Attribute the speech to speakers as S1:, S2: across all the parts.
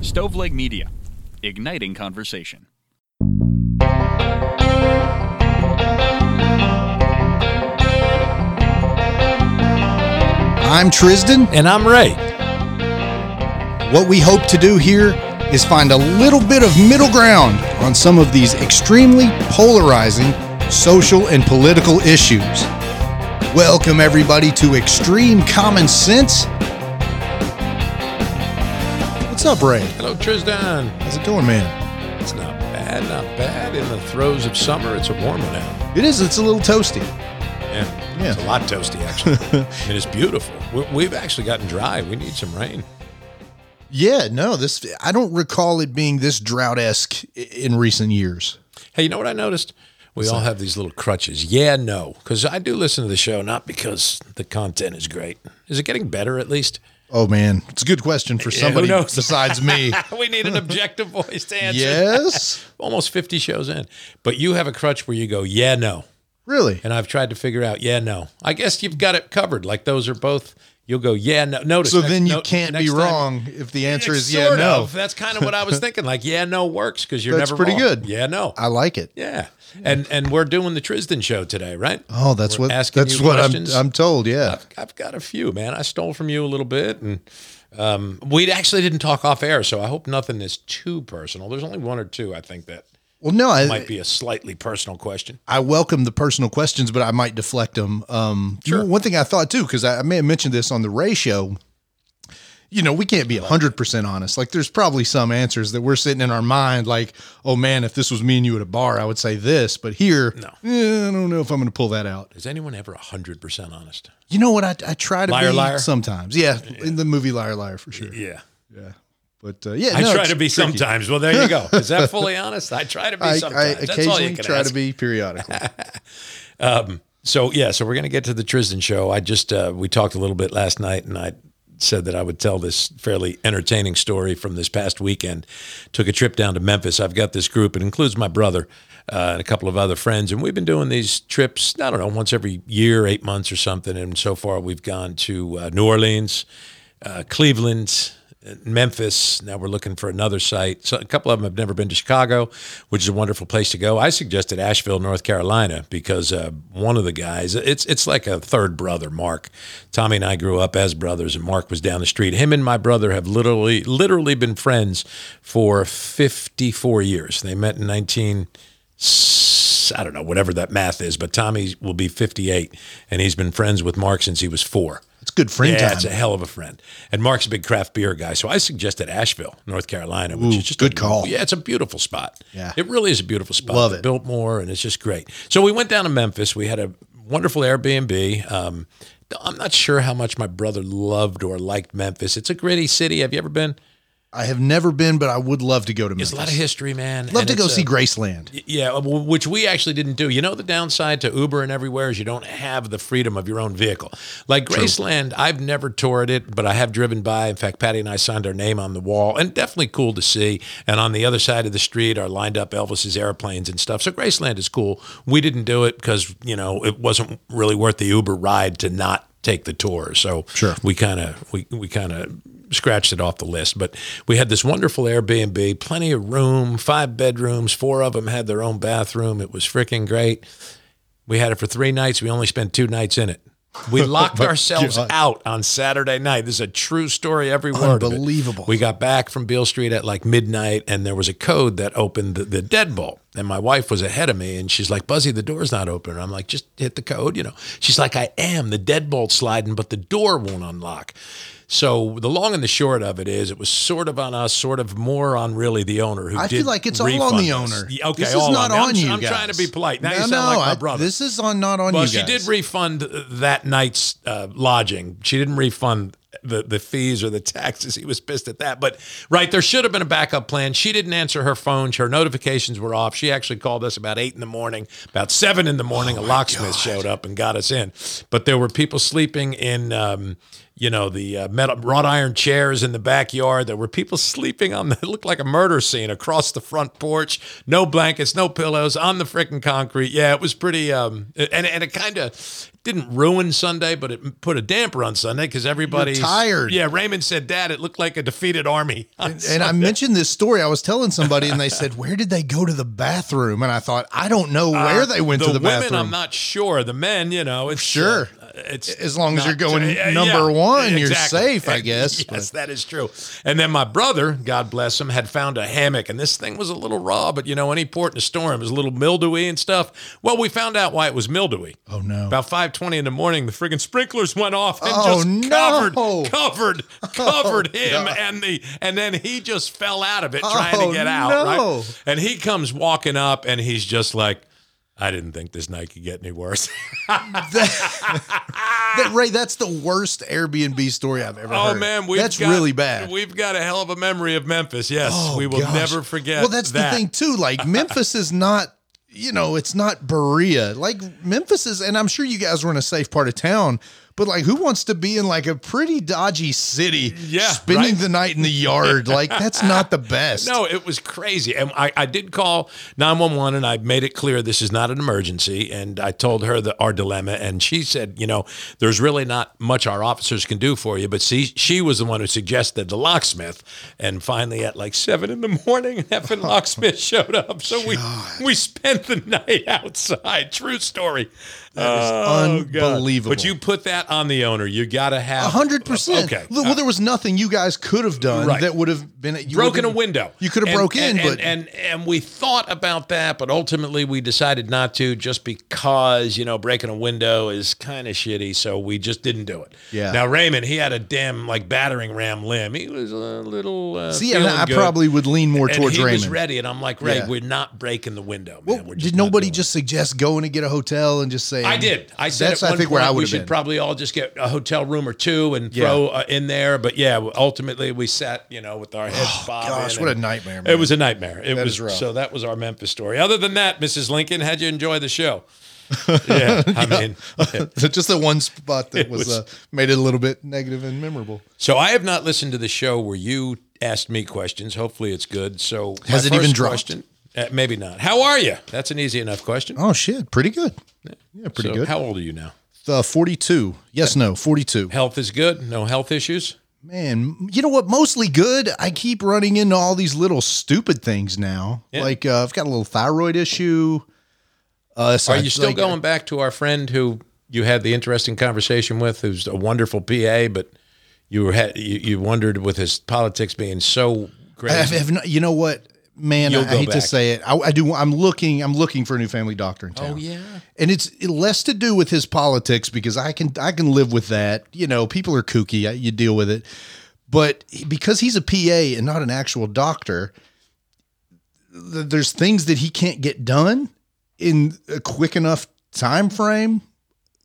S1: Stoveleg Media, igniting conversation.
S2: I'm Trisden.
S3: And I'm Ray.
S2: What we hope to do here is find a little bit of middle ground on some of these extremely polarizing social and political issues. Welcome, everybody, to Extreme Common Sense. What's up, Ray?
S3: Hello, Tristan.
S2: How's it going, man?
S3: It's not bad, not bad. In the throes of summer, it's a warm one out.
S2: It is. It's a little toasty.
S3: Yeah,
S2: Yeah.
S3: it's a lot toasty actually. I mean, it's beautiful. We, we've actually gotten dry. We need some rain.
S2: Yeah, no, this I don't recall it being this drought esque in recent years.
S3: Hey, you know what I noticed? We all have these little crutches. Yeah, no, because I do listen to the show not because the content is great. Is it getting better at least?
S2: Oh man, it's a good question for somebody
S3: knows?
S2: besides me.
S3: we need an objective voice to answer.
S2: yes,
S3: Almost 50 shows in. But you have a crutch where you go, yeah, no.
S2: really.
S3: and I've tried to figure out. Yeah, no. I guess you've got it covered. Like those are both. You'll go. Yeah, no. Notice.
S2: So
S3: next-
S2: then you
S3: no-
S2: can't be
S3: next time-
S2: wrong if the answer is yeah,
S3: Sort
S2: no.
S3: of. That's kind of what I was thinking. Like, yeah, no works because you're
S2: That's
S3: never
S2: pretty
S3: wrong.
S2: good.
S3: Yeah, no.
S2: I like it.
S3: yeah, and and we're doing the Trisden show today, right?
S2: Oh, that's
S3: We're
S2: what
S3: asking
S2: that's
S3: you
S2: what
S3: questions.
S2: I'm I'm told. Yeah.
S3: I've got a few, man. I stole from you a little bit, and um, we actually didn't talk off air, so I hope nothing is too personal. There's only one or two I think that
S2: Well, no,
S3: might
S2: I
S3: be a slightly personal question.
S2: I welcome the personal questions, but I might deflect them. Um,
S3: Sure.
S2: One thing I thought too, because I, I may have mentioned this on the Ray show. You know, we can't be hundred percent honest. Like, there's probably some answers that we're sitting in our mind, like, "Oh man, if this was me and you at a bar, I would say this." But here,
S3: No.
S2: eh, I don't know if I'm going to pull that out.
S3: Is anyone ever hundred percent honest?
S2: You know what? I, I try to
S3: Liar,
S2: be
S3: liar.
S2: sometimes. Yeah, in the movie Liar Liar for sure.
S3: Yeah.
S2: But uh, yeah,
S3: I
S2: no,
S3: try
S2: it's
S3: to be
S2: tricky.
S3: sometimes. Well, there you go. Is that fully honest? I try to be
S2: I, I
S3: sometimes. That's all
S2: occasionally
S3: you can
S2: try
S3: ask.
S2: to be periodically.
S3: So yeah, so we're gonna get to the Tristan show. I just uh, we talked a little bit last night, and I said that I would tell this fairly entertaining story from this past weekend. Took a trip down to Memphis. I've got this group. It includes my brother uh, and a couple of other friends, and we've been doing these trips. I don't know, once every year, eight months or something. And so far, we've gone to uh, New Orleans, uh, Cleveland. Memphis. Now we're looking for another site. So a couple of them have never been to Chicago, which is a wonderful place to go. I suggested Asheville, North Carolina, because uh, one of the guys, it's it's like a third brother, Mark. Tommy and I grew up as brothers, and Mark was down the street. Him and my brother have literally literally been friends for 54 years. They met in 19- I don't know, whatever that math is, but Tommy will be 58, and he's been friends with Mark since he was four.
S2: It's good friend
S3: Yeah,
S2: time.
S3: it's a hell of a friend. And Mark's a big craft beer guy, so I suggested Asheville, North Carolina, which
S2: Ooh,
S3: is just
S2: good
S3: a-
S2: call.
S3: Yeah, it's a beautiful spot.
S2: Yeah.
S3: it really is a beautiful spot.
S2: Love
S3: The
S2: it.
S3: Biltmore, and it's just great. So we went down to Memphis. We had a wonderful Airbnb. Um, I'm not sure how much my brother loved or liked Memphis. It's a gritty city. Have you ever been?
S2: I have never been, but I would love to go to
S3: It's
S2: Memphis.
S3: a lot of history, man.
S2: love
S3: and
S2: to go
S3: it's a-
S2: see Graceland.
S3: yeah, uh, w- which we actually didn't do. You know, the downside to Uber and everywhere is you don't have the freedom of your own vehicle. Like Graceland, I've never toured it, but I have driven by. In fact, Patty and I signed our name on the wall, and definitely cool to see. And on the other side of the street are lined up Elvis's airplanes and stuff. So Graceland is cool. We didn't do it because, you know, it wasn't really worth the Uber ride to not take the tour. So
S2: Sure.
S3: we kind of we, we kind of scratched it off the list. But we had this wonderful Airbnb, plenty of room, five bedrooms, four of them had their own bathroom. It was freaking great. We had it for three nights. We only spent two nights in it. We locked ourselves
S2: God.
S3: out on Saturday night. This is a true story. Every word. of it.
S2: Unbelievable.
S3: We got back from Beale Street at like midnight, and there was a code that opened the, the deadbolt. And my wife was ahead of me, and she's like, "Buzzy, the door's not open." And I'm like, "Just hit the code," you know. She's like, "I am. The deadbolt's sliding, but the door won't unlock." So the long and the short of it is, it was sort of on us, sort of more on really the owner who
S2: I feel
S3: did
S2: like it's all on
S3: refund
S2: the
S3: us.
S2: owner.
S3: Yeah, Okay,
S2: this is
S3: all
S2: not
S3: me.
S2: on
S3: I'm,
S2: you.
S3: I'm trying to
S2: guys.
S3: be polite. Now you sound like my
S2: I-
S3: brother.
S2: This is on not on
S3: Well,
S2: you.
S3: she
S2: guys.
S3: did refund that night's uh, lodging. She didn't refund the, the fees or the taxes. He was pissed at that. But right, there should have been a backup plan. She didn't answer her phone. Her notifications were off. She actually called us about eight in the morning. About seven
S2: Oh,
S3: in the morning, a locksmith showed up and got us in. But there were people sleeping in. Um, you know, the uh, metal, wrought iron chairs in the backyard. There were people sleeping on the, it looked like a murder scene across the front porch. No blankets, no pillows on the frickin' concrete. Yeah, it was pretty, um, and, and it kind of didn't ruin Sunday, but it put a damper on Sunday because everybody's
S2: tired.
S3: Yeah, Raymond said, Dad, it looked like a defeated army. on
S2: And I mentioned this story. I was telling somebody, and they said, "Where did they go to the bathroom?" And I thought, I don't know where they went
S3: Uh, the
S2: to the
S3: women,
S2: bathroom.
S3: I'm not sure. The men, you know, it's
S2: Sure.
S3: uh, it's
S2: As long as
S3: not-
S2: you're going
S3: uh,
S2: number one, you're safe, I
S3: Uh,
S2: guess,
S3: Yes, that is true. And then my brother, God bless him, had found a hammock, and this thing was a little raw, but you know, any port in a storm it was a little mildewy and stuff. Well, we found out why it was mildewy.
S2: oh no!
S3: About five twenty in the morning, the friggin' sprinklers went off and
S2: Oh,
S3: just
S2: no. Oh,
S3: covered, covered, covered him, and the and then he just fell out of it trying
S2: Oh,
S3: to get out.
S2: no.
S3: Right? And he comes walking up, and he's just like, "I didn't think this night could get any worse."
S2: That- Ray, that's the worst Airbnb story I've ever heard.
S3: oh man, we've
S2: that's
S3: got-
S2: really bad.
S3: We've got a hell of a memory of Memphis. Yes,
S2: Oh,
S3: we will
S2: gosh.
S3: never forget.
S2: Well, that's
S3: that.
S2: the thing too. Like Memphis is not, you know, it's not Berea. Like Memphis is, and I'm sure you guys were in a safe part of town. But like, who wants to be in like a pretty dodgy city?
S3: Yeah,
S2: spending
S3: right.
S2: the night in the yard. Like that's not the best.
S3: No, it was crazy. And I, I did call 911 and I made it clear this is not an emergency. And I told her the, our dilemma. And she said, you know, there's really not much our officers can do for you. But see, she was the one who suggested the locksmith. And finally, at like seven in the morning, an effing locksmith showed up. So we, we spent the night outside. True story. Oh, God.
S2: unbelievable.
S3: But you put that on the owner. You got to have
S2: A hundred percent.
S3: Okay.
S2: Look, Well, there was nothing you guys could have done
S3: Right.
S2: that would have been you
S3: broken a
S2: would've-
S3: window.
S2: You could have
S3: And-
S2: broke in,
S3: and,
S2: but
S3: and, and and we thought about that, but ultimately we decided not to, just because you know breaking a window is kind of shitty, so we just didn't do it.
S2: Yeah.
S3: Now Raymond, he had a damn like battering ram limb. He was a little. Uh,
S2: see, and
S3: feeling
S2: I
S3: good.
S2: probably would lean more
S3: And
S2: towards
S3: he
S2: Raymond.
S3: was ready, and I'm like, Ray,
S2: Yeah.
S3: we're not breaking the window,
S2: Well,
S3: man. We're just
S2: did
S3: not
S2: nobody
S3: doing it."
S2: just suggest going to get a hotel and just say?
S3: I did. I said
S2: that's
S3: at
S2: I
S3: one
S2: think
S3: point,
S2: where I
S3: we
S2: would have
S3: should
S2: been.
S3: probably all just get a hotel room or two and
S2: Yeah.
S3: throw uh, in there. But yeah, ultimately we sat, you know, with our heads bobbing.
S2: Oh, Gosh,
S3: and-
S2: what a nightmare! Man.
S3: It was a nightmare. It was
S2: is rough.
S3: so that was our Memphis story. Other than that, Mrs. Lincoln, how'd you enjoy the show? yeah, I mean, yeah.
S2: just the one spot that
S3: It
S2: was,
S3: was-
S2: uh, made it a little bit negative and memorable.
S3: so I have not listened to the show where you asked me questions. Hopefully, it's good. So my
S2: Has it even
S3: first
S2: dropped?
S3: Question, uh, maybe not. How are you? That's an easy enough question.
S2: Oh shit, pretty good. Yeah, pretty
S3: So
S2: good.
S3: How old are you now?
S2: uh, forty-two. Yes, no, forty-two.
S3: Health is good. No health issues.
S2: Man, you know what? Mostly good. I keep running into all these little stupid things now. Like uh, I've got a little thyroid issue. Uh, so
S3: Are
S2: I-
S3: you still
S2: like,
S3: going back to our friend who you had the interesting conversation with, who's a wonderful PA, but you were had, you, you wondered with his politics being so
S2: I have,
S3: crazy.
S2: have not, you know what, man? I,
S3: You'll
S2: I
S3: go
S2: hate to
S3: back.
S2: say it. I, I do. I'm looking. I'm looking for a new family doctor in town.
S3: Oh, yeah.
S2: and it's less to do with his politics because I can I can live with that. You know, people are kooky. I- You deal with it, but he- because he's a PA and not an actual doctor, th- there's things that he can't get done in a quick enough time frame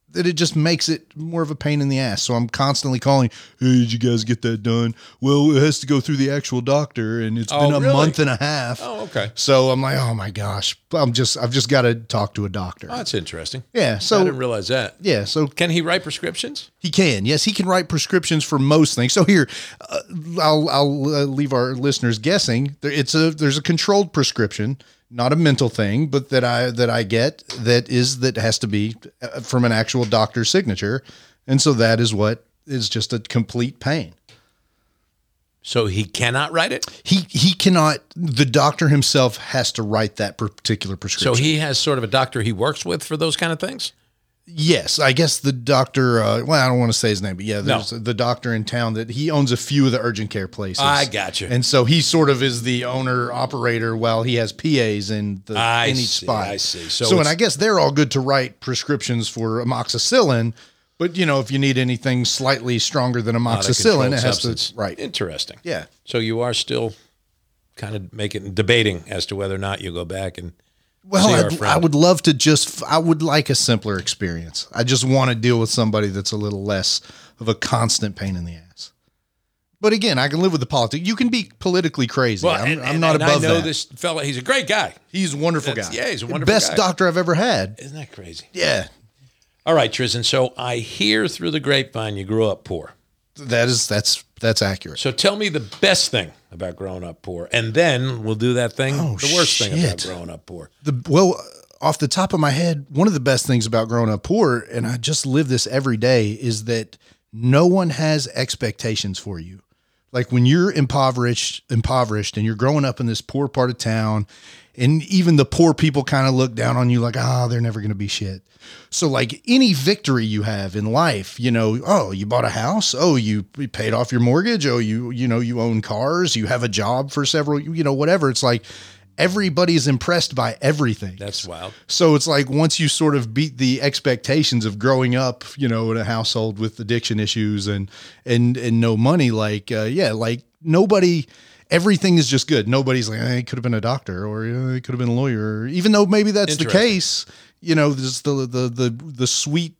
S2: that it just makes it more of a pain in the ass. So I'm constantly calling, "Hey, did you guys get that done?" Well, it has to go through the actual doctor, and it's
S3: Oh,
S2: been a
S3: really?
S2: month and a half.
S3: Oh, okay.
S2: So I'm like, "Oh my gosh, I'm just I've just got to talk to a doctor."
S3: Oh, that's interesting.
S2: yeah.
S3: I
S2: So
S3: didn't realize that.
S2: yeah, so
S3: Can he write prescriptions?
S2: he can. Yes, he can write prescriptions for most things. So here, uh, I'll I'll uh, leave our listeners guessing. There, it's a there's a controlled prescription, not a mental thing, but that I that I get that is that has to be uh, from an actual doctor's signature, and so that is what is just a complete pain.
S3: So he cannot write it.
S2: He he cannot. The doctor himself has to write that particular prescription.
S3: So he has sort of a doctor he works with for those kind of things.
S2: Yes, I guess the doctor. Uh, well, I don't want to say his name, but yeah, there's the doctor in town that he owns a few of the urgent care places.
S3: I gotcha.
S2: And so he sort of is the owner operator while he has PAs in the
S3: I
S2: in each
S3: see,
S2: spot.
S3: I see.
S2: So,
S3: So
S2: and
S3: it's-
S2: I guess they're all good to write prescriptions for amoxicillin, but you know if you need anything slightly stronger than
S3: Not a controlled
S2: amoxicillin, it has
S3: substance.
S2: to right.
S3: Interesting.
S2: Yeah.
S3: So you are still kind of making debating as to whether or not you go back and see
S2: Well,
S3: our
S2: I'd-
S3: friend.
S2: I would love to just. I would like a simpler experience. I just want to deal with somebody that's a little less of a constant pain in the ass. But again, I can live with the politics. You can be politically crazy.
S3: Well,
S2: I'm,
S3: and-
S2: I'm
S3: and-
S2: not
S3: and
S2: above
S3: I know
S2: that.
S3: this fella. He's a great guy.
S2: he's a wonderful guy.
S3: That's- yeah, he's a wonderful
S2: best
S3: guy.
S2: doctor I've ever had.
S3: Isn't that crazy?
S2: Yeah,
S3: All right, Tristan. So I hear through the grapevine you grew up poor.
S2: That is that's that's accurate.
S3: So tell me the best thing about growing up poor, and then we'll do that thing.
S2: Oh,
S3: the worst thing about
S2: shit.
S3: growing up poor.
S2: the well off the top of my head one of the best things about growing up poor and i just live this every day is that no one has expectations for you like when you're impoverished impoverished and you're growing up in this poor part of town and even the poor people kind of look down on you like ah they're never going to be shit so like any victory you have in life you know oh you bought a house oh you you paid off your mortgage oh you you know you own cars you have a job for several you know whatever it's like everybody's impressed by everything
S3: That's wild.
S2: so it's like once you sort of beat the expectations of growing up, you know, in a household with addiction issues and and and no money, like uh, yeah, like nobody, everything is just good. Nobody's like, eh, it could have been a doctor or eh, it could have been a lawyer, or, even though maybe that's the
S3: Interesting.
S2: case. You know, this the the the the sweet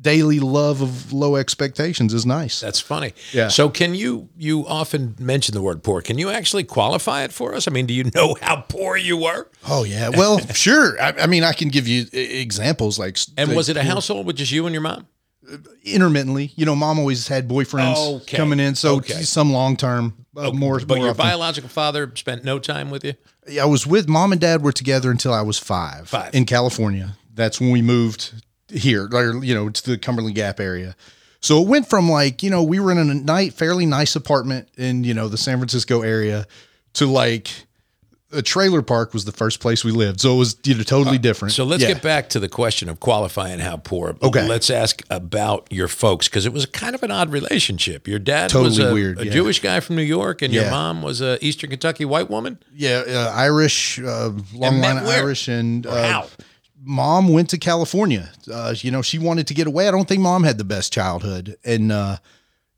S2: daily love of low expectations is nice.
S3: That's funny.
S2: Yeah.
S3: So can you you often mention the word poor? Can you actually qualify it for us? I mean, do you know how poor you were?
S2: Oh yeah, well sure. I, I mean, I can give you e- examples like
S3: And
S2: like
S3: was it a household with just you and your mom?
S2: intermittently. You know, mom always had boyfriends
S3: Okay.
S2: coming in, so
S3: Okay.
S2: some long term, uh, more.
S3: But
S2: more
S3: your
S2: often.
S3: biological father spent no time with you.
S2: I was with mom and dad were together until I was five,
S3: Five.
S2: in California. That's when we moved here, or, you know, to the Cumberland Gap area. So it went from like, you know, we were in a night fairly nice apartment in, you know, the San Francisco area to like a trailer park was the first place we lived. So it was, you know, totally different.
S3: Uh, So let's
S2: Yeah.
S3: get back to the question of qualifying how poor.
S2: Okay.
S3: Let's ask about your folks because it was kind of an odd relationship. Your dad was
S2: Totally
S3: a,
S2: weird,
S3: a
S2: yeah.
S3: Jewish guy from New York, and
S2: Yeah.
S3: your mom was a Eastern Kentucky white woman.
S2: Yeah, uh, Irish, uh, long
S3: met
S2: line
S3: where?
S2: Irish, and uh,
S3: how?
S2: Mom went to California. Uh, you know, she wanted to get away. I don't think mom had the best childhood, and uh,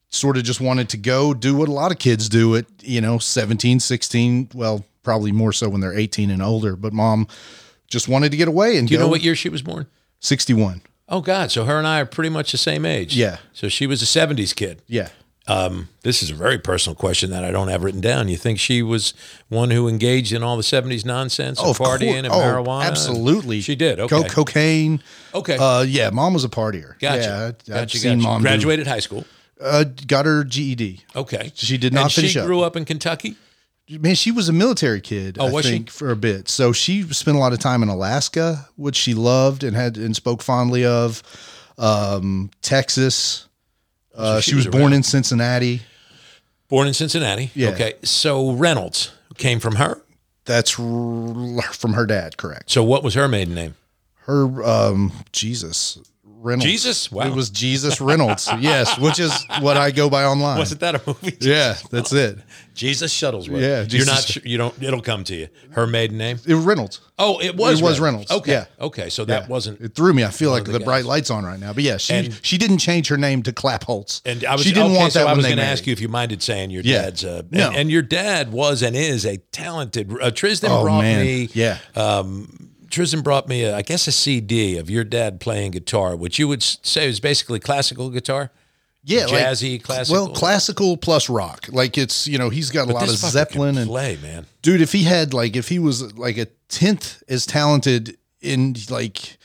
S2: sort of just wanted to go do what a lot of kids do at you know 17, 16, Well, probably more so when they're eighteen and older. But mom just wanted to get away and
S3: Do you
S2: go.
S3: know what year she was born?
S2: Sixty-one.
S3: Oh God! So her and I are pretty much the same age.
S2: Yeah.
S3: So she was a '70s kid.
S2: Yeah.
S3: Um, this is a very personal question that I don't have written down. You think she was one who engaged in all the '70s nonsense, and
S2: cour-
S3: partying, and
S2: oh,
S3: marijuana?
S2: Absolutely.
S3: She did. Okay.
S2: Co- cocaine.
S3: Okay.
S2: Uh, yeah, mom was a partier.
S3: Gotcha.
S2: Yeah, I- I've
S3: gotcha.
S2: seen
S3: gotcha.
S2: mom do-
S3: Graduated high school.
S2: Uh, got her GED.
S3: Okay.
S2: She did not
S3: and
S2: finish
S3: she
S2: up.
S3: grew up in Kentucky.
S2: man, she was a military kid. I
S3: Oh, was she?
S2: think, for a bit? So she spent a lot of time in Alaska, which she loved and had and spoke fondly of. Um, Texas. Uh,
S3: she
S2: she, was
S3: was
S2: born
S3: around.
S2: in Cincinnati.
S3: Born in Cincinnati.
S2: Yeah.
S3: Okay. So Reynolds came from her.
S2: That's r- from her dad, correct?
S3: So what was her maiden name?
S2: Her um, Jesus Reynolds.
S3: Jesus? Wow.
S2: It was Jesus Reynolds. yes, which is what I go by online.
S3: Wasn't that a movie?
S2: yeah, that's it.
S3: Jesus Shuttlesworth.
S2: Yeah,
S3: You're
S2: Jesus-
S3: not. Sure, you don't. It'll come to you. Her maiden name.
S2: It was Reynolds.
S3: Oh, it was.
S2: It was Reynolds,
S3: Okay.
S2: yeah.
S3: Okay. So that
S2: Yeah.
S3: wasn't.
S2: It threw me. I feel like
S3: the
S2: the,
S3: guys.
S2: bright lights on right now. But yeah, she
S3: And-
S2: she didn't change her name to Clap Holtz.
S3: And I was.
S2: she didn't
S3: okay,
S2: want that
S3: So I
S2: when
S3: was
S2: they
S3: going to
S2: married.
S3: ask you if you minded saying your
S2: Yeah.
S3: dad's. Uh,
S2: No.
S3: and, and your dad was and is a talented. Uh, Tristan
S2: Oh
S3: brought
S2: man,
S3: me.
S2: yeah,
S3: Tristan brought me, a, I guess, a CD of your dad playing guitar, which you would s- say is basically classical guitar.
S2: yeah,
S3: jazzy, classical.
S2: Well, classical plus rock. Like it's you know he's got a lot of
S3: This fucker can
S2: Zeppelin and
S3: play, man.
S2: dude. If he had like if he was like a tenth as talented in like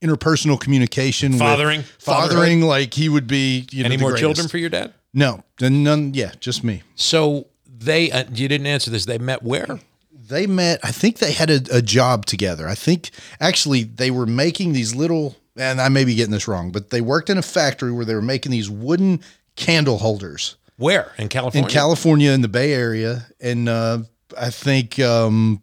S2: interpersonal communication, with-
S3: Fathering?
S2: fathering, like he would be. You know,
S3: Any
S2: the
S3: more
S2: greatest.
S3: children for your dad?
S2: No, then none. Yeah, just me.
S3: So they, uh, you didn't answer this. They met where?
S2: they met i think they had a, a job together i think actually they were making these little and i may be getting this wrong but they worked in a factory where they were making these wooden candle holders
S3: Where in
S2: in
S3: California?
S2: california in the bay area and uh, i think um,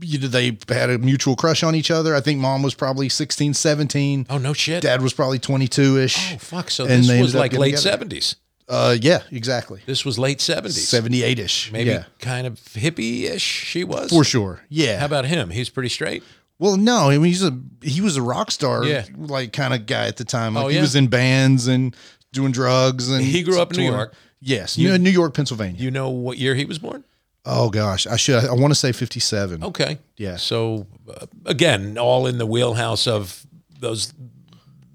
S2: you know, they had a mutual crush on each other i think mom was probably 16 17
S3: oh no shit.
S2: dad was probably 22ish
S3: Oh fuck. So
S2: And
S3: this
S2: they
S3: was
S2: ended up
S3: like
S2: getting
S3: late
S2: together.
S3: seventies.
S2: uh, yeah exactly
S3: This was late seventies.
S2: 78ish
S3: Maybe
S2: yeah
S3: kind of hippie-ish. She was.
S2: for sure yeah
S3: How about him? He's pretty straight.
S2: Well, no, I mean he's a he was a rock star,
S3: Yeah.
S2: like kind of guy at the time. Like
S3: Oh,
S2: he
S3: yeah?
S2: was in bands and doing drugs, and
S3: He grew up in New
S2: touring.
S3: York.
S2: Yes, you, New York, Pennsylvania.
S3: You know what year he was born?
S2: oh gosh, I should I want to say fifty seven.
S3: Okay.
S2: Yeah.
S3: So uh, again, all in the wheelhouse of those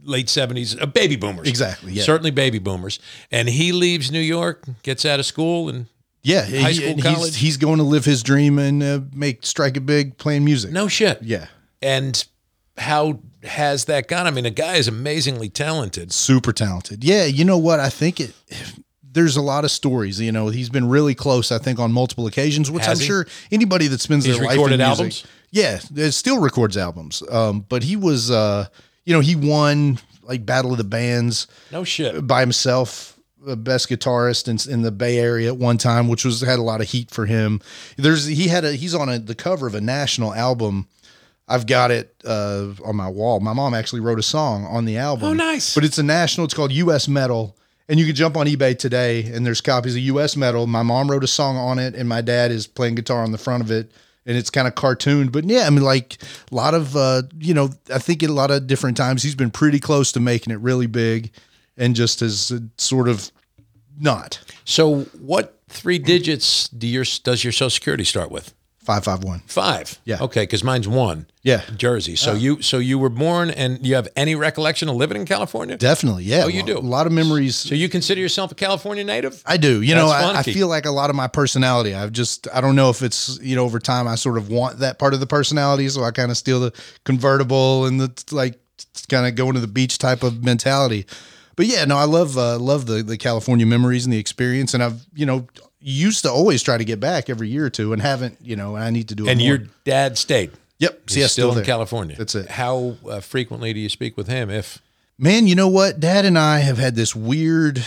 S3: late seventies uh, baby boomers.
S2: Exactly, yeah.
S3: Certainly baby boomers. And he leaves New York, gets out of school, and
S2: Yeah, high
S3: school, college?
S2: He's, he's going to live his dream and uh, make strike it big playing music.
S3: no shit.
S2: yeah,
S3: And how has that gone? I mean, a guy is amazingly talented.
S2: super talented. Yeah, you know what? I think it. there's a lot of stories. You know, he's been really close, I think, on multiple occasions, which
S3: Has
S2: I'm
S3: he?
S2: sure anybody that spends
S3: He's
S2: their life
S3: recorded
S2: in music,
S3: albums?
S2: yeah, it still records albums. Um, but he was, uh, you know, he won like Battle of the Bands
S3: No shit.
S2: by himself the best guitarist in, in the Bay Area at one time, which was had a lot of heat for him. There's he had a he's on a, the cover of a national album. I've got it uh, on my wall. My mom actually wrote a song on the album.
S3: Oh, nice.
S2: But it's a national. It's called U.S. Metal, and you can jump on eBay today, and there's copies of U.S. Metal. My mom wrote a song on it, and my dad is playing guitar on the front of it, and it's kind of cartooned. But yeah, I mean, like a lot of uh, you know, I think at a lot of different times he's been pretty close to making it really big, and just has uh, sort of not
S3: So what three digits do your does your Social Security start with?
S2: five five one.
S3: Five.
S2: Yeah.
S3: Okay, because mine's one.
S2: Yeah.
S3: Jersey. So you so you were born and you have any recollection of living in California?
S2: Definitely, yeah. Oh,
S3: you do.
S2: a lot of memories.
S3: so you consider yourself a California native?
S2: I do. You know,
S3: That's
S2: I, I
S3: funky.
S2: feel like a lot of my personality. I've just, I don't know if it's, you know, over time I sort of want that part of the personality. So I kind of steal the convertible and the like kind of going to the beach type of mentality. But yeah, no, I love, uh, love the, the California memories and the experience. And I've, you know, used to always try to get back every year or two and haven't, you know, and I need to do it.
S3: And
S2: more.
S3: your dad stayed.
S2: yep.
S3: He's
S2: See, I
S3: still, in
S2: there.
S3: California.
S2: That's it.
S3: How uh, frequently do you speak with him? If
S2: Man, you know what? Dad and I have had this weird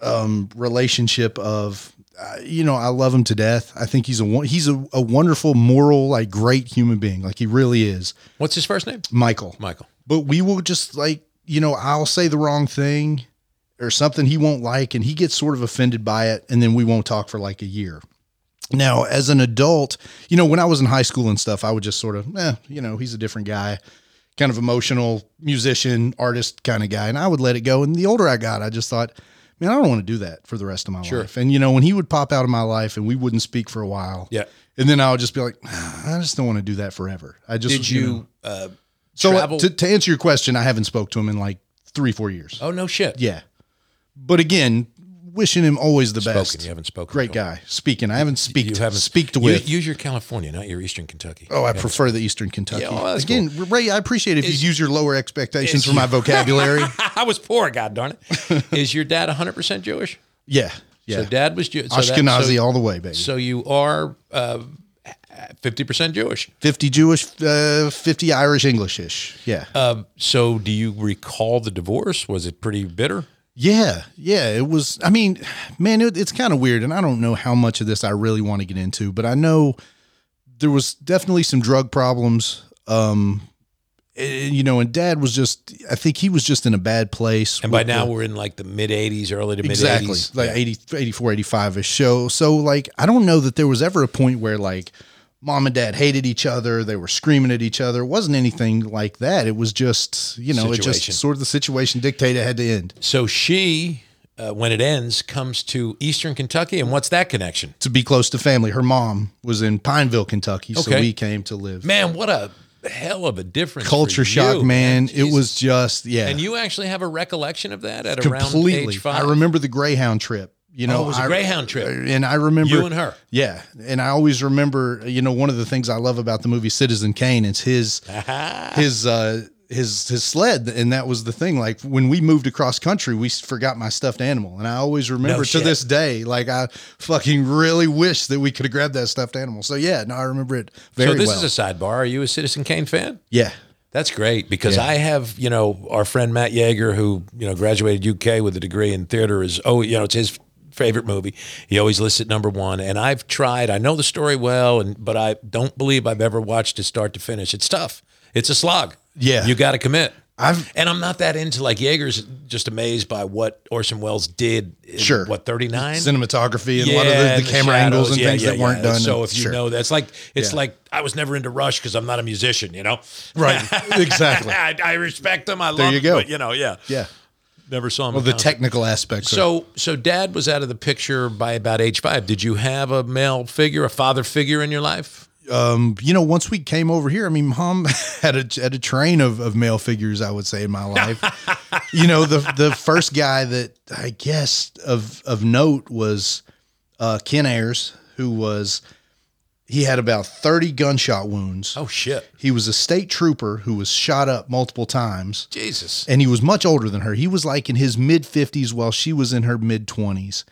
S2: um, relationship of, uh, you know, I love him to death. I think he's a won- he's a, a wonderful, moral, like great human being. Like he really is,
S3: what's his first name?
S2: Michael.
S3: Michael.
S2: But we will just like you know, I'll say the wrong thing or something he won't like, and he gets sort of offended by it, and then we won't talk for like a year. Now, as an adult, you know, when I was in high school and stuff, I would just sort of, eh, you know, he's a different guy, kind of emotional musician, artist kind of guy. And I would let it go. And the older I got, I just thought, man, I don't want to do that for the rest of my life. And, you know, when he would pop out of my life and we wouldn't speak for a while.
S3: Yeah.
S2: And then I would just be like, "Ah, I just don't want to do that forever. I just,
S3: Did you
S2: know.
S3: uh,
S2: so uh,
S3: travel?
S2: to, to answer your question, I haven't spoke to him in like three, four years.
S3: oh no shit.
S2: Yeah. But again, wishing him always the
S3: Spoken.
S2: best.
S3: You haven't spoken.
S2: Great
S3: to him.
S2: guy. Speaking. I haven't speak
S3: You haven't
S2: speaked
S3: You-
S2: with.
S3: Use your California, not your Eastern Kentucky.
S2: Oh, I prefer the Eastern Kentucky.
S3: Yeah, well, that's
S2: Again, Ray, I appreciate if you use your lower expectations
S3: is
S2: for my
S3: you-
S2: vocabulary.
S3: I was poor. God darn it. Is your dad 100 percent Jewish?
S2: yeah, yeah.
S3: So dad was Jew- so that-
S2: Ashkenazi
S3: so-
S2: all the way, baby.
S3: So you are uh, fifty percent Jewish.
S2: fifty Jewish, uh, fifty Irish, Englishish. Yeah,
S3: So do you recall the divorce? Was it pretty bitter?
S2: yeah, yeah. It was. I mean, man, it, it's kind of weird, and I don't know how much of this I really want to get into, but I know there was definitely some drug problems. Um, eh, you know, and Dad was just. I think he was just in a bad place.
S3: And by
S2: with the-
S3: now we're in like the mid '80s, early to mid '80s.
S2: exactly like 80, 84 85 ish show so like i don't know that there was ever a point where like mom and dad hated each other they were screaming at each other it wasn't anything like that it was just you know it
S3: Situation.
S2: just sort of the situation dictated it had to end
S3: So she, uh, when it ends, comes to Eastern Kentucky, and what's that connection?
S2: to be close to family her mom was in pineville kentucky so
S3: Okay.
S2: we came to live
S3: Man, what a hell of a difference! for
S2: culture
S3: you,
S2: shock man it
S3: Jesus.
S2: was just yeah
S3: And you actually have a recollection of that at around
S2: completely
S3: age five.
S2: i remember the greyhound trip you know
S3: Oh, it was a
S2: I- uh,
S3: Greyhound trip.
S2: and i remember
S3: You and her.
S2: Yeah, and I always remember, you know, one of the things I love about the movie Citizen Kane is his his uh his his sled and that was the thing like when we moved across country we forgot my stuffed animal and I always remember to
S3: shit.
S2: this day like I fucking really wish that we could have grabbed that stuffed animal. So yeah, no I remember it very
S3: So this
S2: well.
S3: is a sidebar. Are you a Citizen Kane fan?
S2: yeah.
S3: That's great because I have, you know, our friend Matt Yeager, who, you know, graduated UK with a degree in theater, is, oh, you know, it's his favorite movie. He always lists it number one. And I've tried, I know the story well, and but I don't believe I've ever watched it start to finish. It's tough, it's a slog.
S2: Yeah.
S3: You got to commit.
S2: I've-
S3: and I'm not that into like Yeager's just amazed by what Orson Welles did. in,
S2: Sure.
S3: What, 39?
S2: Cinematography and a lot of the,
S3: and
S2: the camera
S3: shadows.
S2: angles and
S3: Yeah,
S2: things
S3: yeah,
S2: that weren't
S3: yeah.
S2: done.
S3: So
S2: and-
S3: if you
S2: sure.
S3: know, that's like it's
S2: Yeah.
S3: like I was never into Rush because I'm not a musician, you know.
S2: Right. Exactly.
S3: I, I respect them. I love
S2: you
S3: them,
S2: go.
S3: But you know, yeah,
S2: Yeah.
S3: never saw them.
S2: Well, the technical aspects are
S3: So, so dad was out of the picture by about age five. Did you have a male figure, a father figure in your life?
S2: Um, you know, once we came over here, I mean, mom had a had a train of, of male figures, I would say, in my life. you know, the the first guy that I guess of of note was uh, Ken Ayers, who was He had about 30 gunshot wounds.
S3: Oh shit.
S2: He was a state trooper who was shot up multiple times,
S3: Jesus.
S2: and he was much older than her. He was like in his mid 50s while she was in her mid 20s.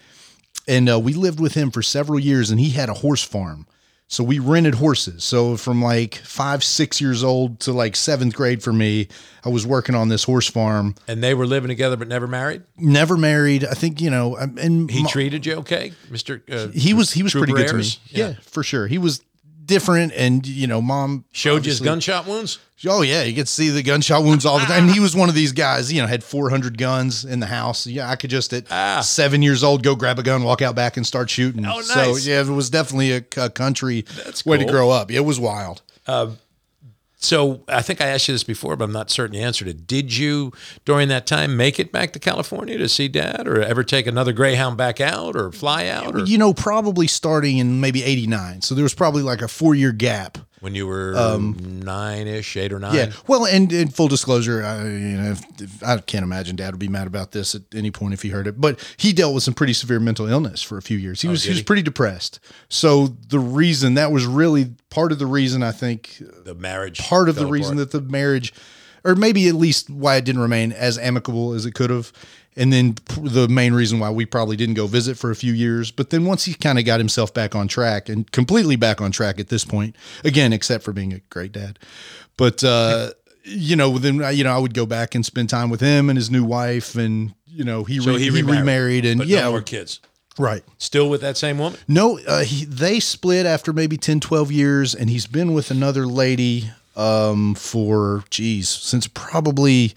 S2: And uh, we lived with him for several years, and he had a horse farm. So we rented horses. So from like five, six years old to like seventh grade for me, I was working on this horse farm.
S3: And they were living together but never married.
S2: Never married. I think, you know, um, and
S3: He
S2: my-
S3: treated you okay, Mister. Uh,
S2: he was he was
S3: Trooper
S2: pretty good to me.
S3: Ayers?
S2: Yeah. for sure. He was different, and you know, mom
S3: Showed you his
S2: obviously-
S3: gunshot wounds.
S2: Oh yeah, you could see the gunshot wounds all the time. And he was one of these guys, you know, had 400 guns in the house. Yeah, I could just at seven years old go grab a gun, walk out back, and start shooting.
S3: Ah. Oh,
S2: So
S3: nice.
S2: yeah, it was definitely a, a country
S3: That's
S2: way to
S3: cool.
S2: grow up. It was wild.
S3: So I think I asked you this before, but I'm not certain you answered it. Did you during that time make it back to California to see Dad, or ever take another Greyhound back out, or fly out, or
S2: You know, probably starting in maybe '89, so there was probably like a four-year gap.
S3: when you were nine ish, eight or nine?
S2: Um, Yeah. Well, and in full disclosure, I, you know, if, if- I can't imagine Dad would be mad about this at any point if he heard it. But he dealt with some pretty severe mental illness for a few years. He was he was pretty depressed. So the reason that was really part of the reason I think
S3: The marriage.
S2: part of the
S3: fell
S2: reason
S3: apart.
S2: that the marriage, or maybe at least why it didn't remain as amicable as it could have. And then p- the main reason why we probably didn't go visit for a few years. But then once he kind of got himself back on track and completely back on track at this point, again, except for being a great dad. But, uh, you know, then, uh, you know, I would go back and spend time with him and his new wife. And, you know, he,
S3: So
S2: re- he, remarried, and
S3: but
S2: yeah,
S3: no more kids.
S2: right.
S3: Still with that same woman.
S2: No, uh, he, they split after maybe 10, 12 years, and he's been with another lady um, for, geez, since probably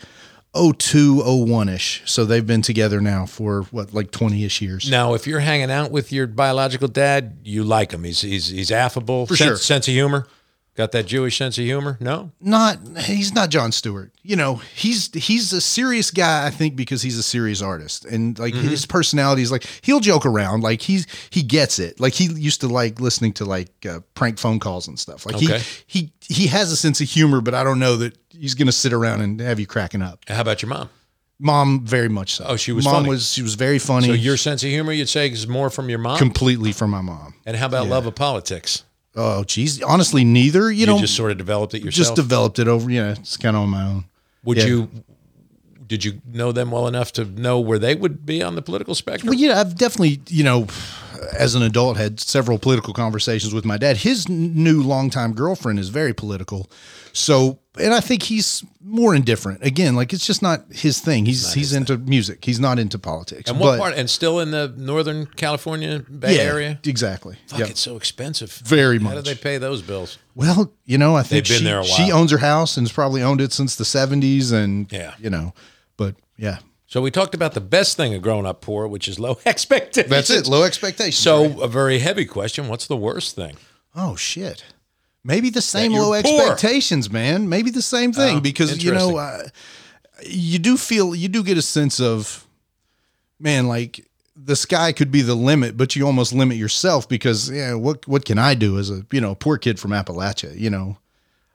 S2: 02, 01 ish. So they've been together now for what, like 20 ish years.
S3: Now, if you're hanging out with your biological dad, you like him. He's he's he's affable. For sense,
S2: sure.
S3: sense of humor. Got that Jewish sense of humor? No.
S2: Not, he's not John Stewart. You know, he's he's a serious guy, I think, because he's a serious artist. And like
S3: Mm-hmm.
S2: his personality is like, he'll joke around. Like he's, he gets it. Like he used to like listening to like uh, prank phone calls and stuff. Like
S3: Okay.
S2: he, he, he has a sense of humor, but I don't know that he's going to sit around and have you cracking up.
S3: How about your mom?
S2: Mom, very much so.
S3: Oh, she was
S2: mom
S3: funny.
S2: was she was very funny.
S3: So your sense of humor, you'd say, is more from your mom.
S2: completely from my mom.
S3: and how about love of politics?
S2: Oh, geez. Honestly, neither. You,
S3: You
S2: know,
S3: just
S2: just,
S3: sort of developed it yourself.
S2: developed it over. Yeah, it's kind of on my own.
S3: Would
S2: yeah.
S3: you? Did you know them well enough to know where they would be on the political spectrum?
S2: Well, yeah, I've definitely, you know, as an adult, had several political conversations with my dad. His n- new longtime girlfriend is very political, so and I think he's more indifferent. Again, like it's just not his thing. He's he's into music. He's not into politics.
S3: and what
S2: but-
S3: part? And still in the Northern California Bay
S2: Yeah,
S3: Area.
S2: exactly.
S3: Fuck,
S2: Yep.
S3: it's so expensive.
S2: Very
S3: How do
S2: much.
S3: they pay those bills?
S2: Well, you know, I think
S3: They've been
S2: she,
S3: there a
S2: she
S3: while.
S2: owns her house and's probably owned it since the seventies, and
S3: Yeah.
S2: you know, but yeah,
S3: So we talked about the best thing of growing up poor, which is low expectations.
S2: that's it. Low expectations.
S3: So
S2: right?
S3: a very heavy question. What's the worst thing?
S2: oh shit, maybe the same
S3: you're
S2: low
S3: poor.
S2: expectations, man. Maybe the same thing
S3: Oh,
S2: because you know, uh, you do feel you do get a sense of, man, like the sky could be the limit, but you almost limit yourself because yeah, what what can I do as a you know poor kid from Appalachia, you know.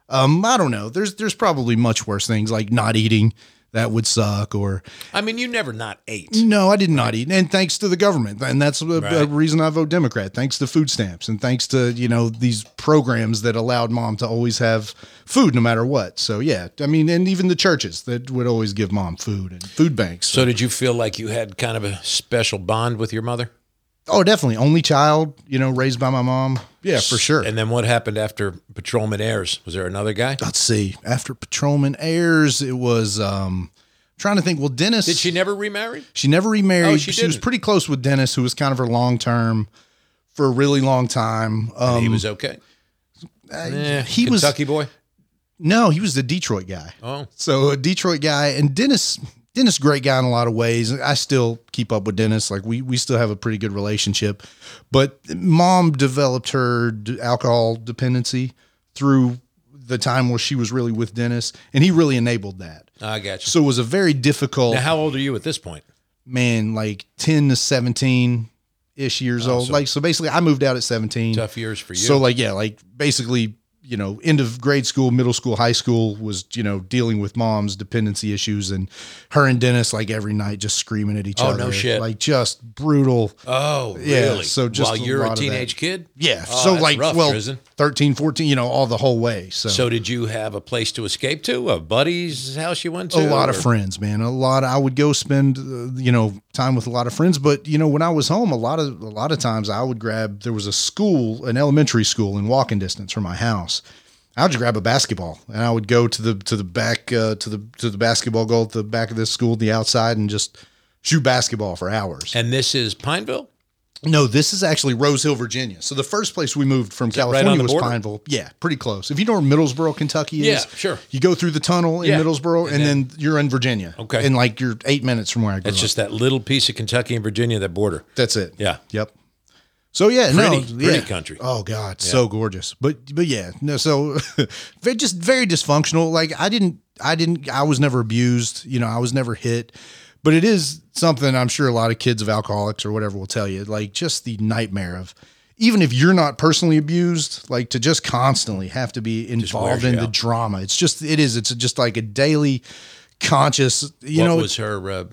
S2: Um, I don't know. There's there's probably much worse things like not eating. That would suck, or
S3: I mean, you never not ate.
S2: No, I did not eat, and thanks to the government, and that's the
S3: Right.
S2: reason I vote Democrat. Thanks to food stamps, and thanks to you know these programs that allowed mom to always have food no matter what. So yeah, I mean, and even the churches that would always give mom food and food banks.
S3: So did you feel like you had kind of a special bond with your mother?
S2: oh, definitely, only child, you know, raised by my mom. Yeah, for sure.
S3: And then what happened after Patrolman Ayers? Was there another guy?
S2: Let's see. After Patrolman Ayers, it was um trying to think. Well, Dennis
S3: Did she never remarry?
S2: She never remarried.
S3: Oh,
S2: she
S3: she
S2: was
S3: didn't.
S2: pretty close with Dennis, who was kind of her long term for a really long time. Um, uh,
S3: he was okay. Eh,
S2: he was-
S3: Kentucky boy.
S2: no, he was the Detroit guy.
S3: Oh,
S2: So a Detroit guy and Dennis. Dennis, great guy in a lot of ways. I still keep up with Dennis. Like we we still have a pretty good relationship. But mom developed her d- alcohol dependency through the time where she was really with Dennis, and he really enabled that.
S3: I got you.
S2: So it was a very difficult.
S3: Now, how old are you at this point?
S2: man, like 10 to 17
S3: Oh,
S2: ish years old. like, so basically, I moved out at 17.
S3: Tough years for you.
S2: So, like, yeah, like basically you know, end of grade school, middle school, high school was, you know, dealing with mom's dependency issues and her and Dennis like every night just screaming at each
S3: Oh,
S2: other.
S3: no shit.
S2: Like just brutal.
S3: Oh,
S2: Yeah,
S3: really?
S2: so just
S3: while
S2: a
S3: you're
S2: lot
S3: a
S2: of that.
S3: teenage kid.
S2: yeah.
S3: Oh,
S2: so
S3: that's
S2: like,
S3: rough,
S2: well,
S3: prison.
S2: 13, 14, you know, all the whole way.
S3: So did you have a place to escape to? A buddy's house you went to?
S2: a lot of
S3: or-
S2: friends, man. A lot. I would go spend, uh, you know, time with a lot of friends. But you know, when I was home, a lot of a lot of times I would grab. There was a school, an elementary school, in walking distance from my house. I would just grab a basketball and I would go to the to the back uh, to the to the basketball goal at the back of this school, the outside, and just shoot basketball for hours.
S3: And this is Pineville.
S2: No, this is actually Rose Hill, Virginia. So the first place we moved from
S3: right
S2: California
S3: on the
S2: was
S3: border?
S2: Pineville. Yeah, pretty close. If you know where Middlesboro, Kentucky is,
S3: Yeah, sure.
S2: You go through the tunnel in
S3: Yeah.
S2: Middlesboro, and, then, you're in Virginia.
S3: Okay.
S2: and like you're eight minutes from where I grew
S3: It's
S2: up.
S3: just that little piece of Kentucky and Virginia that border.
S2: That's it.
S3: Yeah.
S2: Yep. So yeah,
S3: Pretty-
S2: no,
S3: pretty
S2: yeah.
S3: country.
S2: Oh God, so gorgeous. But but yeah, no. So very- just very dysfunctional. Like I didn't, I didn't, I was never abused. You know, I was never hit. But it is something I'm sure a lot of kids of alcoholics or whatever will tell you. Like just the nightmare of, even if you're not personally abused, like to just constantly have to be involved
S3: you
S2: in the
S3: out.
S2: drama. It's just it is. It's just like a daily conscious. You
S3: what
S2: know,
S3: was her? Uh,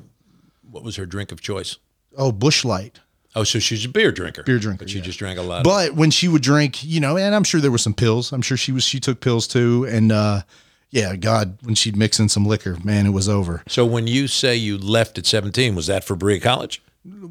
S3: what was her drink of choice?
S2: oh, bush light.
S3: Oh, so she's a beer drinker.
S2: Beer drinker,
S3: But she just drank a lot. of,
S2: But when she would drink, you know, and I'm sure there were some pills. I'm sure she was she took pills too. And uh yeah, God, when she'd mix in some liquor, man, it was over.
S3: so when you say you left at 17, was that for Berea College?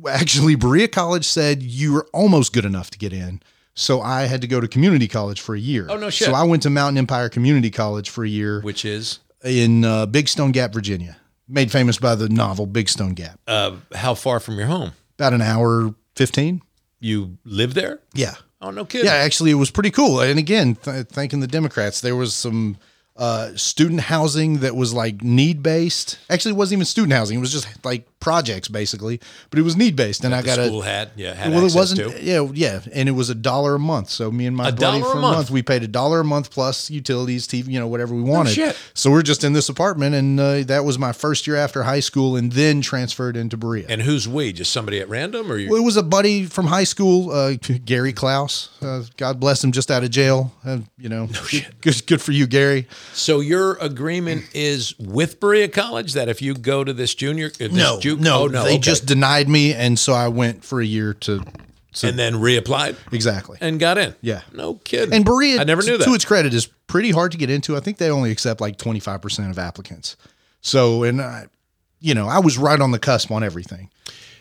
S2: Actually, Berea College said you were almost good enough to get in. So I had to go to community college for a year.
S3: Oh, no shit.
S2: So I went to Mountain Empire Community College for a year
S3: Which is
S2: in uh, Big Stone Gap, Virginia, made famous by the novel Big Stone Gap.
S3: uh, how far from your home?
S2: About an hour 15.
S3: You live there?
S2: Yeah.
S3: Oh, no kidding.
S2: Yeah, actually, it was pretty cool. And again, th- thanking the Democrats, there was some uh, student housing that was like need based. Actually, it wasn't even student housing; it was just like projects, basically. But it was need based, and I
S3: The
S2: got
S3: school
S2: a
S3: had yeah had
S2: well, it
S3: access
S2: wasn't.
S3: to.
S2: Yeah, yeah, and it was a dollar a month. So me and my buddy
S3: dollar a
S2: for a
S3: month?
S2: month. we paid a dollar a month plus utilities, TV, you know, whatever we wanted.
S3: shit.
S2: So we're just in this apartment, and uh, that was my first year after high school, and then transferred into Berea.
S3: And who's we? Just somebody at random, or you?
S2: Well, it was a buddy from high school, uh, Gary Klaus. Uh, God bless him, just out of jail. Uh, you know, good, good for you, Gary.
S3: So your agreement is with Berea College that if you go to this junior, uh, this juke, oh, no,
S2: they
S3: okay.
S2: just denied me, and so I went for a year to
S3: and then reapplied
S2: exactly.
S3: and got in.
S2: Yeah.
S3: no kidding.
S2: And Berea,
S3: I never
S2: t-
S3: knew that.
S2: To its credit, is pretty hard to get into. I think they only accept like twenty five percent of applicants. So, and I, you know, I was right on the cusp on everything.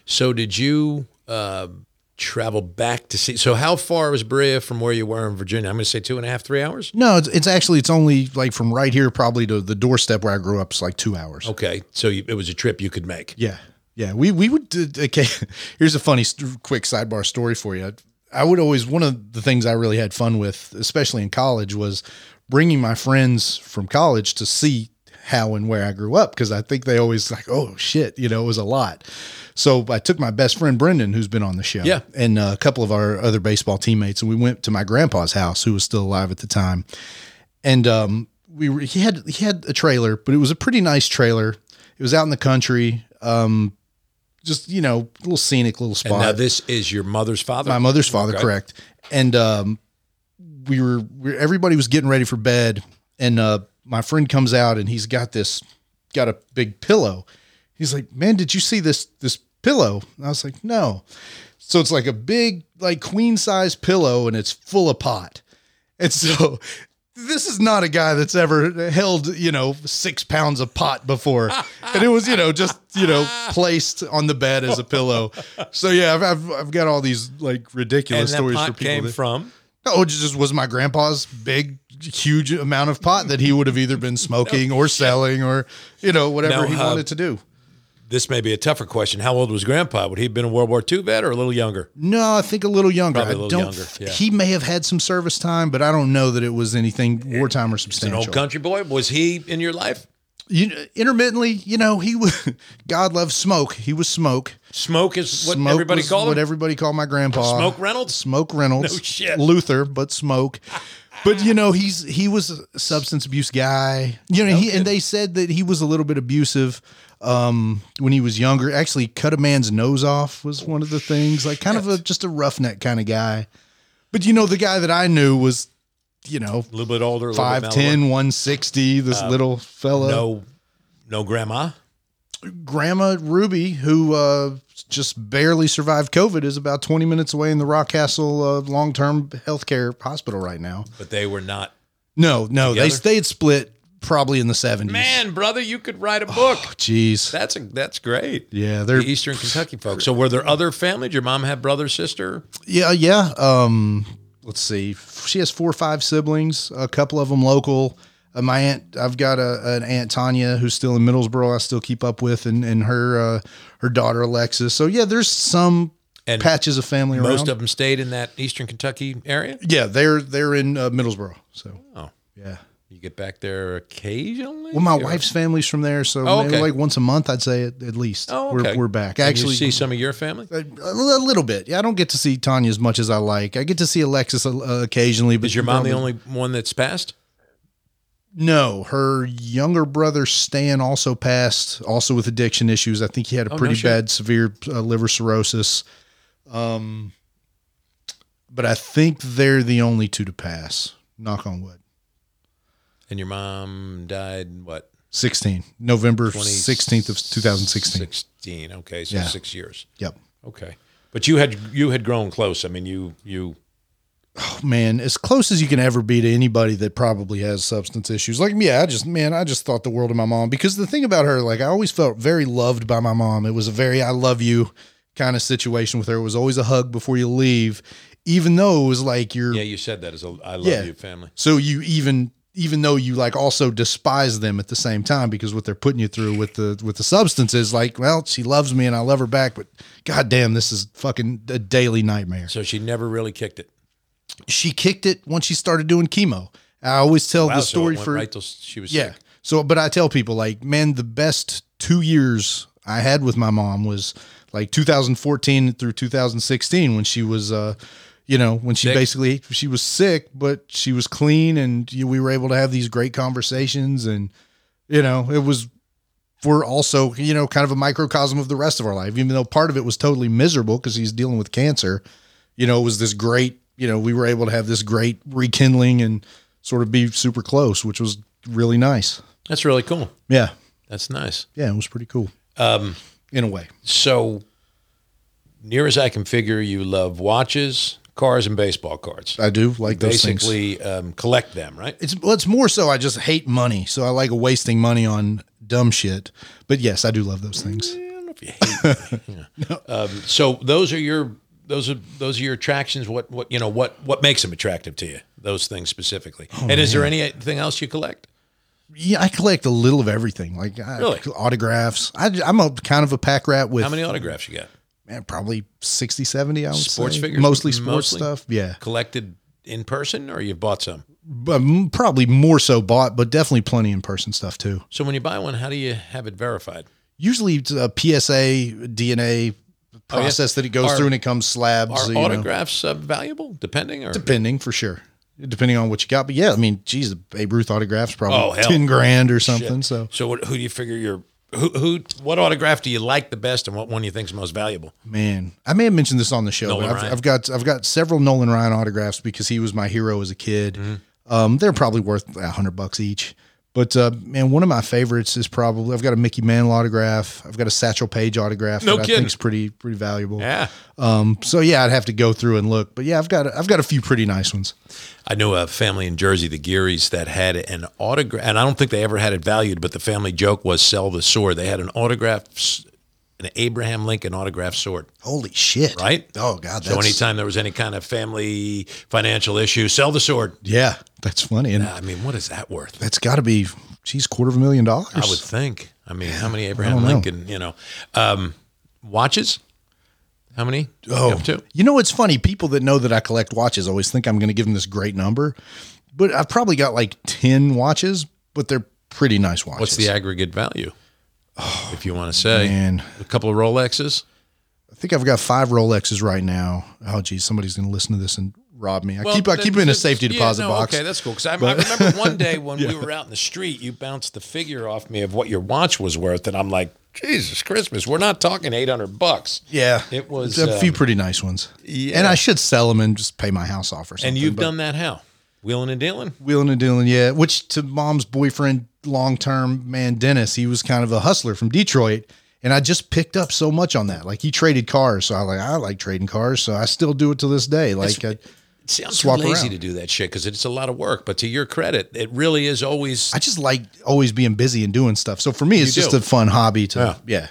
S3: so did you uh, travel back to see? So how far was Berea from where you were in Virginia? I'm going to say two and a half, three hours.
S2: No, it's, it's actually it's only like from right here, probably to the doorstep where I grew up. It's like two hours.
S3: Okay, so you, it was a trip you could make.
S2: Yeah. Yeah. We, we would, do- okay. Here's a funny, st- quick sidebar story for you. I would always, one of the things I really had fun with, especially in college, was bringing my friends from college to see how and where I grew up. Cause I think they always like, oh shit, you know, it was a lot. So I took my best friend, Brendan, who's been on the show,
S3: Yeah.
S2: and uh, a couple of our other baseball teammates, and we went to my grandpa's house, who was still alive at the time and um, we were, he had he had a trailer, but it was a pretty nice trailer. It was out in the country, um, just you know, little scenic little spot.
S3: And now this is your mother's father.
S2: My mother's father,
S3: Okay.
S2: correct. And um, we were, we were- everybody was getting ready for bed, and uh, my friend comes out and he's got this, got a big pillow. He's like, "Man, did you see this this pillow?" And I was like, "No." So it's like a big, like queen size pillow, and it's full of pot. And so this is not a guy that's ever held, you know, six pounds of pot before. And it was, you know, just, you know, placed on the bed as a pillow. So yeah, I've, I've, I've got all these like
S3: and
S2: ridiculous
S3: that
S2: stories
S3: pot
S2: for people.
S3: came
S2: that-
S3: from.
S2: Oh, it just was my grandpa's big, huge amount of pot that he would have either been smoking or selling or, you know, whatever
S3: Now,
S2: he
S3: uh,
S2: wanted to do.
S3: This may be a tougher question. How old was Grandpa? Would he have been a World War II vet or a little younger?
S2: No, I think a little younger.
S3: Probably a little
S2: I don't.
S3: younger,
S2: f-
S3: yeah.
S2: He may have had some service time, but I don't know that it was anything wartime or
S3: An
S2: substantial.
S3: old country boy? Was he in your life?
S2: you know, intermittently, you know, he was God loves smoke. He was smoke.
S3: Smoke is what
S2: smoke
S3: everybody
S2: was
S3: called
S2: what
S3: him.
S2: everybody called my grandpa.
S3: Smoke Reynolds.
S2: Smoke Reynolds.
S3: No shit.
S2: Luther, but smoke. But you know, he's he was a substance abuse guy. You know, he and they said that he was a little bit abusive um when he was younger. Actually cut a man's nose off was one of the things. Like kind of a just a roughneck kind of guy. But you know, the guy that I knew was you know,
S3: a little bit older, a little bit
S2: 5'10, 160, this little
S3: mellower.
S2: fella.
S3: No, no grandma.
S2: Grandma Ruby, who uh, just barely survived COVID, is about 20 minutes away in the Rockcastle uh, long term healthcare hospital right now.
S3: But they were not.
S2: No, no, they,
S3: Together?
S2: they had split probably in the 70s.
S3: Man, brother, you could write a book.
S2: Oh. Jeez.
S3: That's a, that's great.
S2: yeah,
S3: The
S2: they're
S3: Eastern Kentucky folks. So were there other family? Did your mom have brother, sister?
S2: Yeah, yeah. Um, let's see. She has four or five siblings. A couple of them local. Uh, my aunt, I've got a, an aunt Tanya who's still in Middlesboro. I still keep up with, and and her uh, her daughter Alexis. So yeah, there's some
S3: And
S2: patches of family around.
S3: Most of them stayed in that Eastern Kentucky area.
S2: yeah, they're they're in uh, Middlesboro. So
S3: Oh.
S2: yeah.
S3: You get back there occasionally.
S2: Well, my
S3: Or-
S2: wife's family's from there, so
S3: Oh,
S2: maybe
S3: okay.
S2: like once a month, I'd say at, at least
S3: Oh, okay.
S2: we're we're back.
S3: And
S2: Actually,
S3: you see some of your family.
S2: a, a little bit. Yeah, I don't get to see Tanya as much as I like. I get to see Alexis uh, occasionally. But
S3: Is your mom the
S2: only?
S3: only one that's passed?
S2: No, her younger brother Stan also passed, also with addiction issues. I think he had a
S3: Oh, no
S2: pretty
S3: shit.
S2: bad, severe uh, liver cirrhosis. Um, but I think they're the only two to pass. Knock on wood.
S3: And your mom died what?
S2: Sixteen, November
S3: 20
S2: sixteenth of two thousand sixteen.
S3: 16. Okay, so
S2: Yeah.
S3: six years.
S2: Yep.
S3: Okay, but you had you had grown close. I mean, you you
S2: Oh, man, as close as you can ever be to anybody that probably has substance issues. Like, yeah, I just, man, I just thought the world of my mom because the thing about her, like, I always felt very loved by my mom. It was a very I love you kind of situation with her. It was always a hug before you leave, even though it was like you're,
S3: yeah you said that as a I love
S2: Yeah.
S3: you family.
S2: so you even, even though you like also despise them at the same time because what they're putting you through with the with the substances, like, well, she loves me and I love her back, but goddamn, this is fucking a daily nightmare
S3: So she never really kicked it.
S2: she kicked it once she started doing chemo. I always tell
S3: Wow,
S2: the
S3: so it
S2: story
S3: went
S2: for
S3: right till she was
S2: yeah.
S3: sick.
S2: So, but I tell people like, man, the best two years I had with my mom was like 2014 through 2016 when she was, uh, you know, when she
S3: Sick.
S2: basically she was sick, but she was clean, and you, we were able to have these great conversations, and you know, it was we're also you know kind of a microcosm of the rest of our life, even though part of it was totally miserable because he's dealing with cancer. You know, it was this great. You know, we were able to have this great rekindling and sort of be super close, which was really nice.
S3: That's really cool.
S2: Yeah.
S3: That's nice.
S2: Yeah, it was pretty cool.
S3: Um,
S2: In a way.
S3: so near as I can figure, you love watches, cars, and baseball cards.
S2: I do like those things.
S3: Basically, um, collect them, right?
S2: It's well, it's more so I just hate money. So I like wasting money on dumb shit. But yes, I do love those things.
S3: I don't know if you hate me. Yeah. um, so those are your those are those are your attractions. What what you know what what makes them attractive to you? Those things specifically.
S2: Oh,
S3: and is there anything else you collect?
S2: Yeah, I collect a little of everything. Like I,
S3: Really?
S2: autographs. I, am a kind of a pack rat with
S3: How many autographs you got?
S2: man, probably 60, 70, I would
S3: Sports
S2: say.
S3: figures,
S2: Mostly sports
S3: mostly?
S2: stuff. Yeah.
S3: Collected in person, or you've bought some?
S2: But m- probably more so bought, but definitely plenty in person stuff too.
S3: So when you buy one, how do you have it verified?
S2: Usually it's a PSA, DNA
S3: Oh,
S2: process that it goes
S3: Are-
S2: through and it comes slabs.
S3: Are
S2: you know.
S3: autographs uh, valuable? Depending or
S2: Depending for sure. Depending on what you got. But yeah, I mean, geez, the Babe Ruth autograph's probably
S3: Oh, hell.
S2: 10 grand or something. So,
S3: so, what, who do you figure your who who what autograph do you like the best, and what one you think's most valuable?
S2: man, I may have mentioned this on the show,
S3: Nolan
S2: but
S3: Ryan.
S2: I've, I've got I've got several Nolan Ryan autographs because he was my hero as a kid.
S3: Mm-hmm.
S2: Um, they're probably worth a hundred bucks each. But uh, man, one of my favorites is probably I've got a Mickey Mantle autograph. I've got a Satchel Paige autograph
S3: No
S2: that I
S3: kidding.
S2: think's pretty pretty valuable.
S3: Yeah.
S2: Um, so yeah, I'd have to go through and look. But yeah, I've got I've got a few pretty nice ones.
S3: I know a family in Jersey, the Gearys, that had an autograph, and I don't think they ever had it valued, but the family joke was sell the sword. They had an autograph, s- an Abraham Lincoln autograph sword,
S2: Holy shit!
S3: right?
S2: Oh god. That's,
S3: So anytime there was any kind of family financial issue, sell the sword.
S2: Yeah, that's funny, and
S3: I mean, what is that worth?
S2: that's got to be geez, quarter of a million dollars.
S3: I would think. I mean, how many Abraham
S2: don't know.
S3: Lincoln, you know, um, watches? How many?
S2: Oh,
S3: You up to?
S2: you know, it's funny. People that know that I collect watches always think I'm going to give them this great number, but I've probably got like 10 watches, but they're pretty nice watches.
S3: What's the aggregate value? if you want to say
S2: Oh, man.
S3: a couple of Rolexes,
S2: I think I've got five Rolexes right now. Oh, geez, somebody's going to listen to this and rob me. I keep, I
S3: that-
S2: keep it in a
S3: that's-
S2: safety
S3: yeah,
S2: deposit
S3: no,
S2: box.
S3: Okay, that's cool. Because I, I remember one day when we were out in the street, you bounced the figure off me of what your watch was worth, and I'm like, Jesus Christmas, we're not talking 800 bucks.
S2: yeah.
S3: It was,
S2: There's a few
S3: um,
S2: pretty nice ones.
S3: yeah.
S2: And I should sell them and just pay my house off or something.
S3: And you've
S2: but
S3: done that how? wheeling and dealing.
S2: Wheeling and dealing, yeah. Which to mom's boyfriend, long term man, Dennis, he was kind of a hustler from Detroit. And I just picked up so much on that. Like he traded cars. So I like, I like trading cars. So I still do it to this day. Like, I,
S3: See, I'm
S2: Swap
S3: too lazy
S2: around.
S3: to do that shit because it's a lot of work. But to your credit, it really is always
S2: I just like always being busy and doing stuff. So for me, it's
S3: You
S2: just
S3: do.
S2: a fun hobby to, yeah.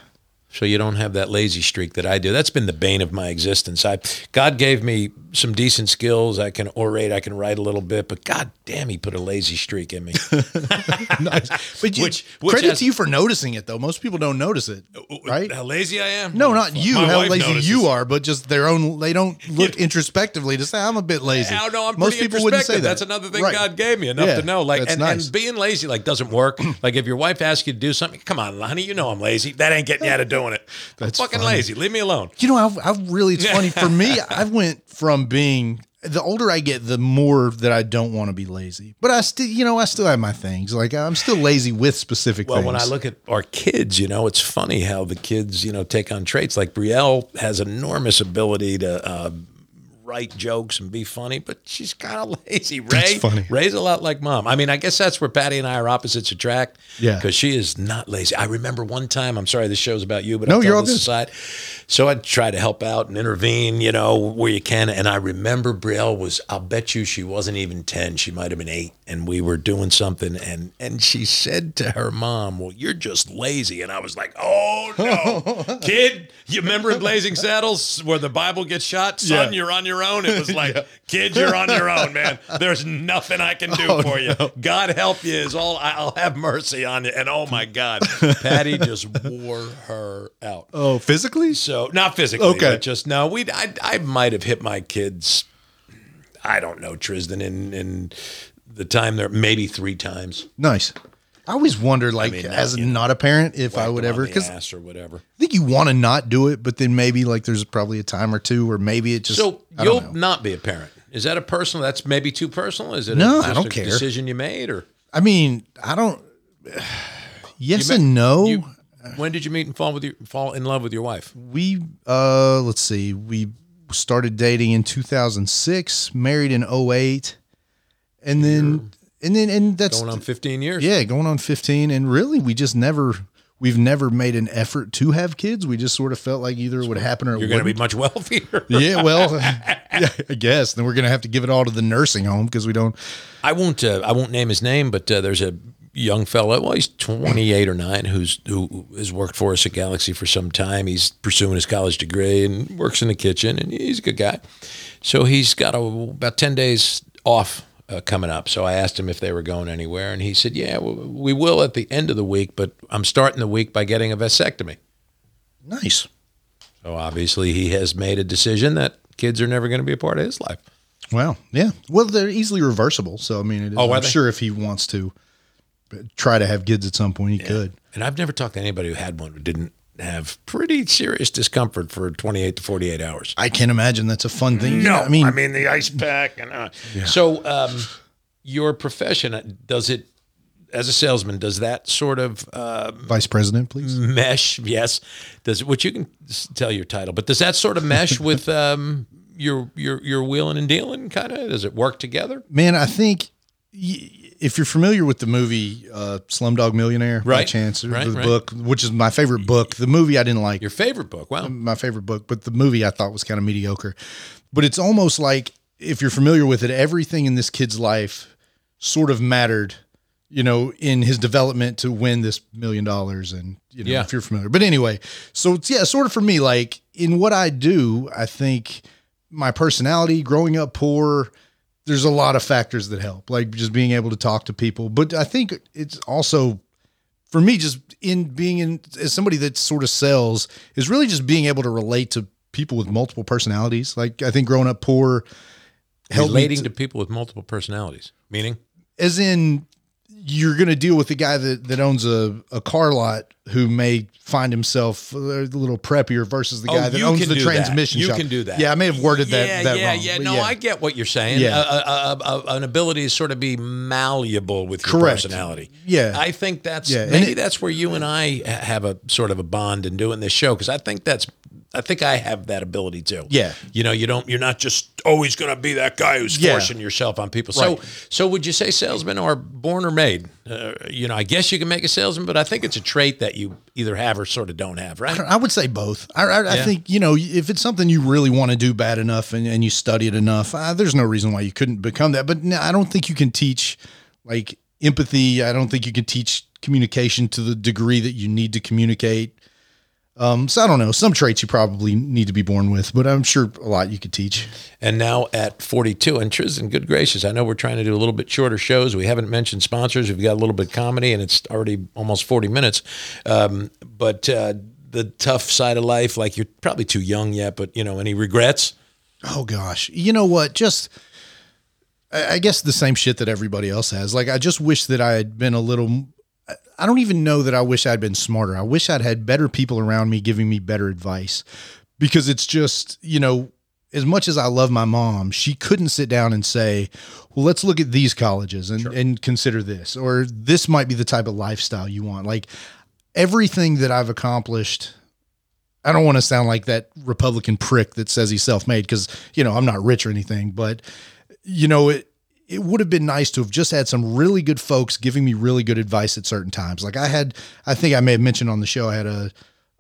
S3: so you don't have that lazy streak that I do. That's been the bane of my existence. I God gave me some decent skills. I can orate, I can write a little bit, but god damn, he put a lazy streak in me.
S2: Nice. But you,
S3: Which- which
S2: credit
S3: has- Oh,
S2: to you for noticing it, though. Most people don't notice it, right?
S3: How lazy I am?
S2: No, not you.
S3: My
S2: how
S3: wife
S2: lazy
S3: notices.
S2: you are, but just their own. They don't look introspectively to say I'm a bit lazy.
S3: Oh no, I'm
S2: Most
S3: pretty
S2: people wouldn't say
S3: introspective.
S2: that.
S3: That's another thing
S2: Right.
S3: God gave me enough
S2: Yeah,
S3: to know. Like,
S2: that's
S3: and,
S2: nice.
S3: and being lazy like doesn't work. like, if your wife asks you to do something, come on, Lonnie, you know I'm lazy. That ain't getting you out of doing it.
S2: That's
S3: I'm fucking
S2: funny.
S3: lazy. Leave me alone.
S2: You know, I, I really, it's funny for me. I went from being the older I get, the more that I don't want to be lazy. But I still, you know, I still have my things. Like I'm still lazy with specific
S3: Well,
S2: things.
S3: when I look at our kids, you know, it's funny how the kids, you know, take on traits. Like Brielle has enormous ability to uh, write jokes and be funny, but she's kind of lazy. Ray,
S2: That's funny.
S3: Ray's a lot like mom. I mean, I guess that's where Patty and I are opposites attract.
S2: Yeah.
S3: because she is not lazy. I remember one time. I'm sorry, this show's about you, but
S2: No,
S3: I'm
S2: you're all
S3: this
S2: good.
S3: aside. So I try to help out and intervene, you know, where you can. And I remember Brielle was. I'll bet you she wasn't even ten. She might have been eight. And we were doing something, and and she said to her mom, "Well, you're just lazy." And I was like, "Oh no, kid! You remember in Blazing Saddles where the Bible gets shot? Son,
S2: Yeah.
S3: you're on your own." It was like, "Kid, you're on your own, man. There's nothing I can do for you. God help you is all. I'll have mercy on you." And oh my God, Patty just wore her out.
S2: oh, physically,
S3: So not physically,
S2: Okay.
S3: but just no. We I I might have hit my kids. I don't know Tristan in in the time there maybe three times.
S2: nice. I always wondered, like,
S3: mean,
S2: as
S3: you
S2: not a parent, if I
S3: Whacked
S2: would
S3: them
S2: ever,
S3: on the
S2: because
S3: ass or whatever.
S2: I think you want to not do it, but then maybe like there's probably a time or two where maybe it just.
S3: So
S2: I
S3: you'll
S2: don't know.
S3: not be a parent. Is that a personal? That's maybe too personal. Is it?
S2: No,
S3: a,
S2: I
S3: just
S2: don't
S3: a
S2: care.
S3: Decision you made or
S2: I mean, I don't. Yes
S3: You met-
S2: and no.
S3: you, when did you meet and fall with your fall in love with your wife?
S2: we uh, let's see. We started dating in 2006, married in 08, and then and then and that's
S3: Going on fifteen years.
S2: yeah, going on 15. And really, we just never. We've never made an effort to have kids. We just sort of felt like either it would happen or it
S3: you're going to
S2: wouldn't.
S3: be much wealthier.
S2: Yeah, well, yeah, I guess. Then we're gonna have to give it all to the nursing home because we don't.
S3: I won't. Uh, I won't name his name, but uh, there's a young fellow. Well, he's 28 or nine, who's who has worked for us at Galaxy for some time. He's pursuing his college degree and works in the kitchen, and he's a good guy. So he's got a, about 10 days off uh, coming up. So I asked him if they were going anywhere, and he said, "Yeah, we, we will at the end of the week, but I'm starting the week by getting a vasectomy."
S2: Nice.
S3: So obviously, he has made a decision that kids are never going to be a part of his life.
S2: Wow. Yeah. Well, they're easily reversible. So I mean, it is,
S3: Oh, are
S2: I'm
S3: they?
S2: sure if he wants to try to have kids at some point, he could.
S3: And I've never talked to anybody who had one who didn't have pretty serious discomfort for 28 to 48 hours.
S2: I can't imagine that's a fun thing. No, I mean,
S3: the ice pack and uh, so um, your profession uh, does it as a salesman does that sort of uh,
S2: vice president, please.
S3: mesh? Yes, does which you can s- tell your title, but does that sort of mesh with um, your your your wheeling and dealing kind of? Does it work together?
S2: Man, I think y- if you're familiar with the movie uh, Slumdog Millionaire, by
S3: Right.
S2: chance, or
S3: Right,
S2: the
S3: right.
S2: book, which is my favorite book. The movie I didn't like.
S3: Your favorite book? Wow,
S2: my favorite book, but the movie I thought was kind of mediocre. But it's almost like if you're familiar with it, everything in this kid's life sort of mattered, you know, in his development to win this million dollars. And you know,
S3: Yeah.
S2: if you're familiar, but anyway, so it's yeah, sort of for me, like in what I do, I think my personality, growing up poor. There's a lot of factors that help, like just being able to talk to people. But I think it's also for me, just in being in as somebody that sort of sells is really just being able to relate to people with multiple personalities. Like I think growing up poor helped me
S3: relating
S2: to-
S3: to people with multiple personalities, meaning
S2: as in you're going to deal with the guy that, that owns a, a car lot who may find himself a little preppier versus the
S3: Oh,
S2: guy that
S3: you
S2: owns
S3: can
S2: the
S3: do that.
S2: transmission
S3: You
S2: shop.
S3: can do that.
S2: Yeah, I may have worded
S3: yeah,
S2: that, that
S3: yeah,
S2: wrong.
S3: yeah.
S2: but
S3: No, I get what you're saying.
S2: Yeah.
S3: Yeah. an ability to sort of be malleable with your
S2: Correct.
S3: personality.
S2: Yeah.
S3: I think that's
S2: Yeah, and
S3: maybe
S2: it-
S3: that's where you and I ha- have a sort of a bond in doing this show because I think that's I think I have that ability too.
S2: Yeah.
S3: You know, you don't. You're not just always going to be that guy who's
S2: Yeah.
S3: forcing yourself on people.
S2: Right.
S3: So, so would you say salesmen are born or made? Uh, you know, I guess you can make a salesman, but I think it's a trait that you either have or sort of don't have, right?
S2: I would say both. I, I, I
S3: Yeah.
S2: think you know if it's something you really want to do bad enough and, and you study it enough, uh, there's no reason why you couldn't become that. But no, I don't think you can teach like empathy. I don't think you can teach communication to the degree that you need to communicate. Um, so I don't know. Some traits you probably need to be born with, but I'm sure a lot you could teach.
S3: And now at 42, and Tristan, good gracious, I know we're trying to do a little bit shorter shows. We haven't mentioned sponsors. We've got a little bit of comedy, and it's already almost 40 minutes. Um, but uh, the tough side of life, like you're probably too young yet, but you know, any regrets?
S2: Oh gosh, you know what? Just I I guess the same shit that everybody else has. Like I just wish that I had been a little. I- I don't even know that I wish I'd been smarter. I wish I'd had better people around me giving me better advice, because it's just you know. As much as I love my mom, she couldn't sit down and say, "Well, let's look at these colleges and, and consider this," or "This might be the type of lifestyle you want." Like everything that I've accomplished I don't want to sound like that Republican prick that says he's self-made because you know I'm not rich or anything, but you know it. It would have been nice to have just had some really good folks giving me really good advice at certain times. Like I had, I think I may have mentioned on the show, I had a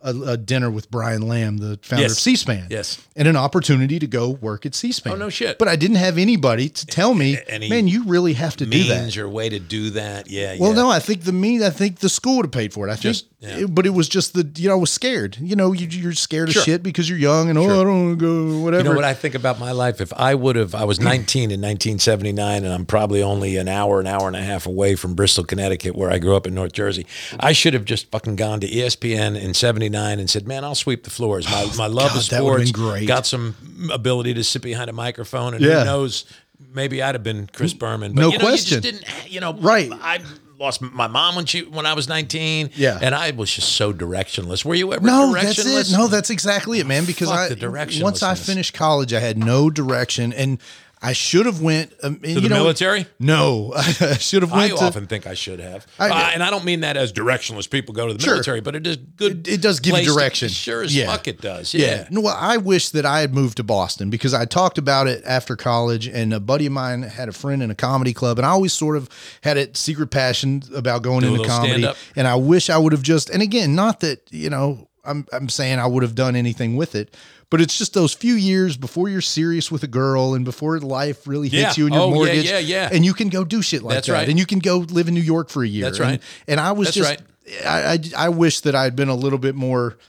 S2: a, a dinner with Brian Lamb, the founder
S3: Yes.
S2: of C-SPAN,
S3: Yes.
S2: and an opportunity to go work at C-SPAN.
S3: Oh, no shit.
S2: But I didn't have anybody to tell me,
S3: Any
S2: man, you really have to do that.
S3: Means your way to do that. Yeah.
S2: Well,
S3: yeah.
S2: no, I think the mean. I think the school would have paid for it. I think,
S3: Just- yeah.
S2: it- but it was just the you know I was scared. You know, you, you're scared
S3: Sure.
S2: of shit because you're young and oh, I don't want to go whatever.
S3: You know what I think about my life? If I would have, I was 19 in 1979, and I'm probably only an hour, an hour and a half away from Bristol, Connecticut, where I grew up in North Jersey. I should have just fucking gone to E ESPN in 79 and said, man, I'll sweep the floors. My, my love
S2: God,
S3: of
S2: that would've
S3: sports
S2: been great.
S3: got some ability to sit behind a microphone, and
S2: Yeah.
S3: who knows, maybe I'd have been Chris Berman. But
S2: No
S3: you know,
S2: question.
S3: You just didn't, you know,
S2: Right.
S3: I lost my mom when she when I was 19.
S2: Yeah.
S3: And I was just so directionless. Were you ever
S2: no, that's
S3: directionless?
S2: it. No, that's exactly it, man. Because
S3: Oh, Fuck
S2: I
S3: the directionlessness.
S2: once I finished college, I had no direction, and I should have went um, and,
S3: To
S2: you
S3: the
S2: know,
S3: military?
S2: No, I should have
S3: I
S2: went. to,
S3: often think I should have,
S2: I-
S3: Uh, and I don't mean that as directionless. People go to the
S2: Sure.
S3: military, but it is good.
S2: It- it does give you
S3: place to-
S2: direction.
S3: sure as
S2: Yeah.
S3: fuck, it does. Yeah.
S2: Yeah. No, well, I wish that I had moved to Boston because I talked about it after college, and a buddy of mine had a friend in a comedy club, and I always sort of had a secret passion about going
S3: Do a
S2: into
S3: little
S2: comedy.
S3: stand-up.
S2: And I wish I would have just, and again, not that you know, I'm I'm saying I would have done anything with it, but it's just those few years before you're serious with a girl and before life really
S3: Yeah.
S2: hits you and your
S3: Oh, yeah,
S2: mortgage,
S3: yeah, yeah.
S2: and you can go do shit like
S3: That's
S2: that,
S3: right.
S2: and you can go live in New York for a year.
S3: That's
S2: And-
S3: right.
S2: And, I was
S3: That's
S2: just.
S3: right.
S2: I, I I wish that I had been a little bit more,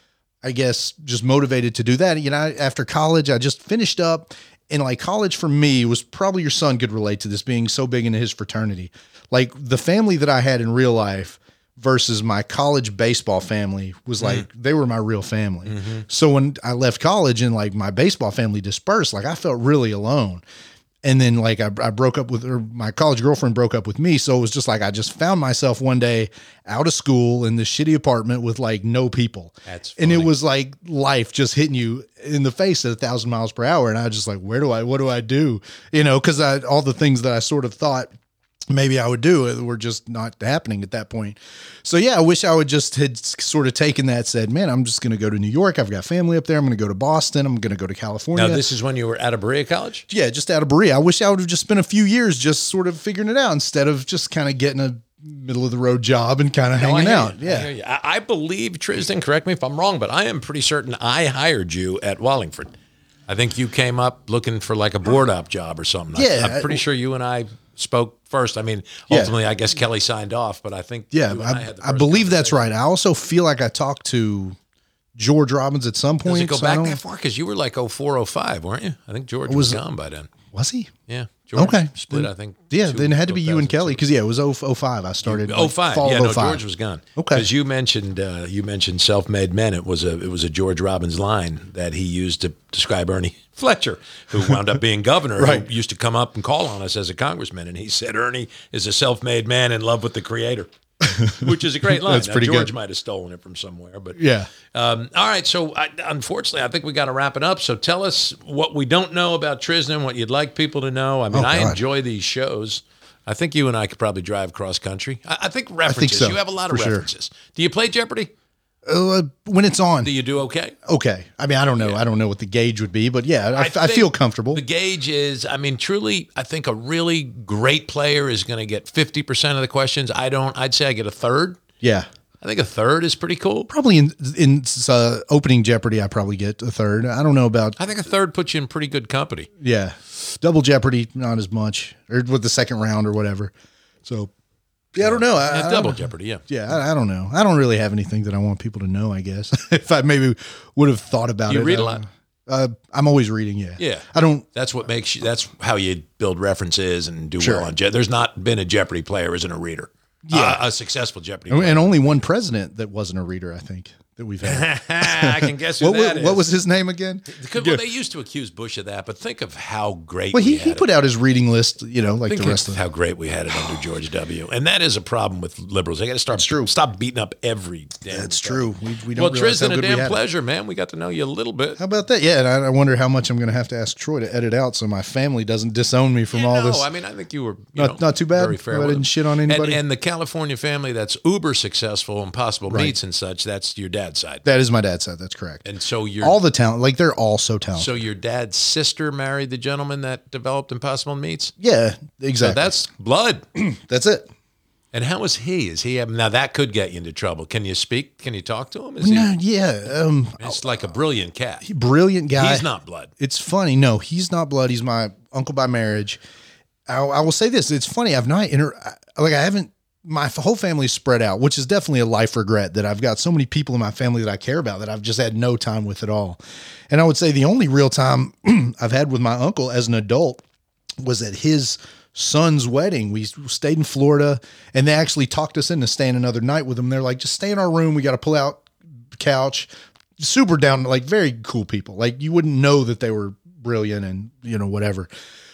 S2: I guess, just motivated to do that. You know, after college, I just finished up, and like college for me was probably your son could relate to this being so big into his fraternity, like the family that I had in real life versus my college baseball family was
S3: Mm-hmm.
S2: like they were my real family. So when I left college and like my baseball family dispersed, like I felt really alone and then like I, I broke up with or my college girlfriend broke up with me so it was just like i just found myself one day out of school in this shitty apartment with like no people
S3: That's
S2: and it was like life just hitting you in the face at a thousand miles per hour and i was just like where do i what do i do you know because i all the things that i sort of thought maybe i would do uh, were just not happening at that point so yeah i wish i would just had s- sort of taken that said man i'm just going to go to new york i've got family up there i'm going to go to boston i'm going to go to california
S3: Now this is when you were out of Berea College.
S2: yeah, just out of Berea. I wish I would have just spent a few years just sort of figuring it out instead of just kind of getting a middle of the road job and kind of
S3: Oh, I
S2: hanging
S3: hear
S2: out.
S3: you. I, hear
S2: Yeah.
S3: you. I, I believe Tristan. Correct me if I'm wrong, but I am pretty certain I hired you at Wallingford. I think you came up looking for like a board op job or something. I,
S2: Yeah,
S3: I'm
S2: I-
S3: pretty sure you and I spoke first. I mean,
S2: Yeah.
S3: ultimately, I guess Kelly signed off, but I think
S2: Yeah.
S3: you and
S2: I,
S3: had the
S2: I
S3: first
S2: believe that's
S3: conversation.
S2: right. I also feel like I talked to George Robbins at some
S3: Does
S2: point.
S3: it go
S2: so I
S3: back
S2: don't-
S3: that far? Because you were like 04, 05, weren't you? I think George was gone by then.
S2: was he?
S3: Yeah. George
S2: Okay.
S3: Split,
S2: Then-
S3: I think.
S2: Yeah.
S3: two-
S2: then it had to be you and
S3: 2002.
S2: Kelly because, yeah, it was 05. I started.
S3: Oh
S2: like,
S3: five,
S2: fall
S3: yeah,
S2: of
S3: no,
S2: 05.
S3: George was gone.
S2: Okay.
S3: because you mentioned uh, you mentioned self-made men. It was a it was a George Robbins line that he used to describe Ernie Fletcher, who wound up being governor.
S2: Right.
S3: who used to come up and call on us as a congressman, and he said Ernie is a self-made man in love with the Creator, which is a great line.
S2: That's
S3: Now,
S2: pretty
S3: George
S2: good.
S3: might have stolen it from somewhere, but
S2: Yeah.
S3: um, all right, so I, unfortunately, I think we got to wrap it up. So tell us what we don't know about Tristan, what you'd like people to know. I mean,
S2: Oh,
S3: I
S2: God.
S3: enjoy these shows. I think you and I could probably drive cross country. I, I think references.
S2: so,
S3: you have a lot
S2: for
S3: of
S2: sure.
S3: references. Do you play Jeopardy?
S2: uh, when it's on.
S3: Do you do okay?
S2: okay. I mean, I don't know. I don't know what the gauge would be, but yeah, I, I, feel
S3: think
S2: comfortable.
S3: The gauge is, I mean, truly, I think a really great player is going to get 50% of the questions. I don't, I'd say I get a third.
S2: yeah.
S3: I think a third is pretty cool.
S2: Probably in in uh, opening Jeopardy, I probably get a third. I don't know about
S3: I think a third puts you in pretty good company.
S2: yeah, double Jeopardy, not as much, or with the second round or whatever. So yeah, I don't know. I, I
S3: Yeah,
S2: don't
S3: double
S2: know.
S3: jeopardy, yeah.
S2: Yeah, I, I don't know. I don't really have anything that I want people to know. I guess if I maybe would have thought about
S3: You
S2: it,
S3: read a
S2: I-
S3: lot.
S2: Uh, I'm always reading. Yeah,
S3: Yeah.
S2: I don't.
S3: That's what makes you, that's how you build references and do
S2: Sure.
S3: well on Jeopardy. There's not been a Jeopardy player isn't a reader. Yeah. a successful Jeopardy player.
S2: And only one president that wasn't a reader. I think that we've had.
S3: I can guess who
S2: what,
S3: that is.
S2: wa- what was his name again?
S3: Because, well, they used to accuse Bush of that, but think of how great.
S2: Well, he,
S3: we
S2: he
S3: had
S2: put out his reading list. You know, like
S3: Think
S2: the rest
S3: of
S2: of.
S3: how great we had it under George W. And that is a problem with liberals. They got to start
S2: true.
S3: stop beating up every damn.
S2: That's true. We, we don't.
S3: well,
S2: realize
S3: Tristan,
S2: how
S3: a
S2: good we
S3: damn
S2: had it.
S3: pleasure, man. We got to know you a little bit.
S2: How about that? Yeah, and I, I wonder how much I'm going to have to ask Troy to edit out so my family doesn't disown me from
S3: No,
S2: all this.
S3: I mean, I think you were you
S2: Not-
S3: know,
S2: not too bad.
S3: Very fair.
S2: I
S3: with
S2: didn't
S3: them.
S2: shit on
S3: And-
S2: anybody.
S3: And, the California family that's uber successful, Impossible Meats and such. That's your dad's side.
S2: that is my dad's side. That's correct.
S3: and so your
S2: all the talent, like they're all so talented.
S3: so your dad's sister married the gentleman that developed Impossible Meats.
S2: yeah, exactly.
S3: That's blood.
S2: that's it.
S3: And how is he? Is he now that could get you into trouble? Can you speak? Can you talk to him? Is
S2: No, yeah, um,
S3: he? It's like a brilliant cat. He's
S2: brilliant guy.
S3: not blood.
S2: It's funny. No, he's not blood. He's my uncle by marriage. I, I will say this. It's funny. I've not inter I- like I haven't. My f- whole family's spread out, which is definitely a life regret that I've got so many people in my family that I care about that I've just had no time with at all. And I would say the only real time I've had with my uncle as an adult was at his son's wedding. We stayed in Florida and they actually talked us into staying another night with him. They're like, just stay in our room. We got to pull out couch, super down, like very cool people. Like you wouldn't know that they were brilliant and you know, whatever.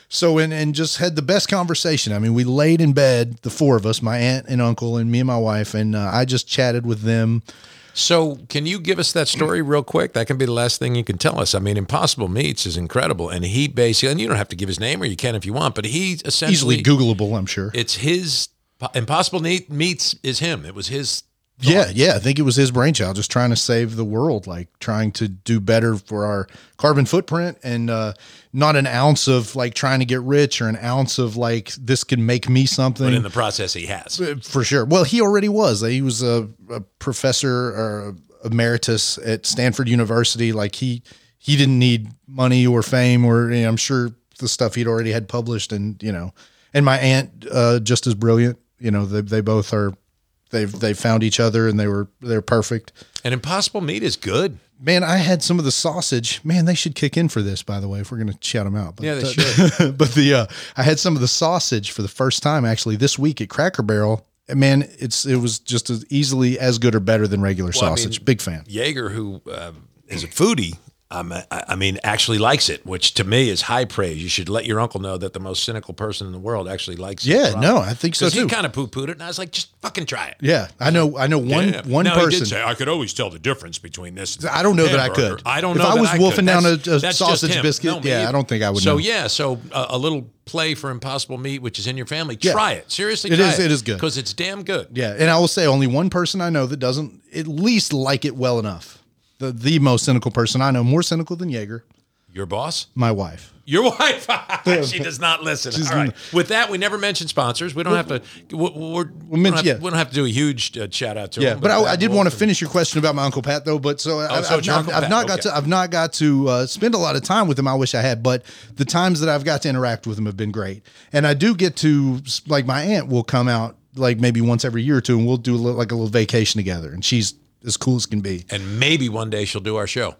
S2: So, and, and just had the best conversation. I mean, we laid in bed, the four of us, my aunt and uncle and me and my wife. And uh, I just chatted with them.
S3: So, can you give us that story real quick? That can be the last thing you can tell us. I mean, Impossible Meats is incredible, and he basically and you don't have to give his name, or you can if you want, but he essentially
S2: Easily Googleable, I'm sure.
S3: it's his Impossible Ne- Meats is him. It was his.
S2: Yeah, yeah. I think it was his brainchild, just trying to save the world, like trying to do better for our carbon footprint and uh, not an ounce of like trying to get rich or an ounce of like this can make me
S3: But in
S2: something
S3: the process, he has.
S2: for sure. Well, he already was. He was a, a professor or emeritus at Stanford University. Like he he didn't need money or fame or you know, I'm sure the stuff he'd already had published and you know. And my aunt, uh, just as brilliant. You know, they they both are. They've they found each other and they were they're perfect.
S3: And Impossible Meat is good.
S2: Man, I had some of the sausage. Man, they should kick in for this, by the way, if we're going to shout them out. But,
S3: Yeah, they
S2: should. but the uh, I had some of the sausage for the first time actually this week at Cracker Barrel. And man, it's it was just as easily as good or better than regular sausage. Big fan.
S3: Jaeger, who um, is a foodie, um, I, I mean, actually likes it, which to me is high praise. You should let your uncle know that the most cynical person in the world actually likes it.
S2: Yeah, no, I think so
S3: Because
S2: too.
S3: he kind of poo pooed it, and I was like, just fucking try it.
S2: yeah, I know. I know one
S3: Yeah.
S2: one
S3: Now, he did
S2: person.
S3: say, I could always tell the difference between this. and
S2: I don't know that I
S3: hamburger."
S2: could.
S3: I don't
S2: If
S3: know.
S2: I
S3: that
S2: was wolfing
S3: could.
S2: down a- a
S3: just
S2: sausage
S3: him.
S2: biscuit,
S3: me
S2: yeah,
S3: either.
S2: I don't think I would
S3: So
S2: know.
S3: yeah, so uh, a little play for impossible meat, which is in your family.
S2: Yeah.
S3: Try it seriously.
S2: It is- it is good.
S3: because it's damn good.
S2: Yeah, and I will say only one person I know that doesn't at least like it well enough. The the most cynical person I know, more cynical than Jaeger,
S3: Your boss,
S2: my wife.
S3: your wife, she does not listen. All right. With that, we never mention spons We don't have to. We're, we're, we
S2: mention-
S3: don't have,
S2: yeah.
S3: we don't have to do a huge uh, shout out to.
S2: Yeah,
S3: him,
S2: but I,
S3: that
S2: I did
S3: will-
S2: want to finish your question about my uncle Pat, though. But so, I,
S3: Oh, so
S2: I've,
S3: it's your
S2: not,
S3: Uncle
S2: I've
S3: Pat,
S2: not got
S3: okay.
S2: to I've not got to uh, spend a lot of time with him. I wish I had, but the times that I've got to interact with him have been great. And I do get to like my aunt will come out like maybe once every year or two, and we'll do a little, like a little vacation together. And she's as cool as can be.
S3: And maybe one day she'll do our show.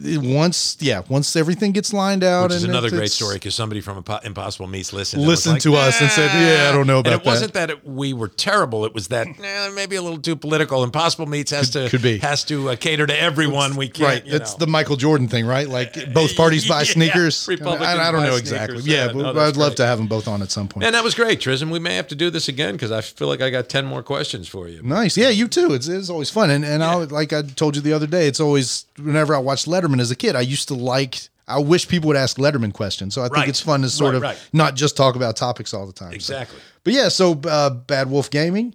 S2: Once, yeah, once everything gets lined out,
S3: Which is
S2: and
S3: another
S2: it's-
S3: great
S2: it's-
S3: story because somebody from Impo- Impossible Meats listened. and was
S2: Listened
S3: like,
S2: to us and said, "Yeah, I don't know
S3: And
S2: about
S3: it wasn't
S2: that."
S3: that it, we were terrible. It was that eh, maybe a little too political. Impossible Meats has to
S2: could be.
S3: has to uh, cater to everyone. we can't.
S2: Right,
S3: you
S2: it's
S3: know.
S2: the Michael Jordan thing, right? Like both parties buy
S3: Yeah,
S2: sneakers.
S3: Republicans
S2: I, I don't
S3: buy
S2: know
S3: sneakers.
S2: exactly. Yeah,
S3: Yeah,
S2: but
S3: no,
S2: I'd
S3: that's
S2: love
S3: great.
S2: to have them both on at some point.
S3: And that was great, Trism. We may have to do this again because I feel like I got ten more questions for you.
S2: Nice. Yeah, you too. It's, it's always fun. And and I like I told you the other day, it's always whenever I watched Letterman as a kid, I used to like I wish people would ask Letterman questions. So I think
S3: Right.
S2: it's fun to sort
S3: Right,
S2: of
S3: right.
S2: not just talk about topics all the time. So-
S3: Exactly.
S2: But yeah, so uh, Bad Wolf Gaming,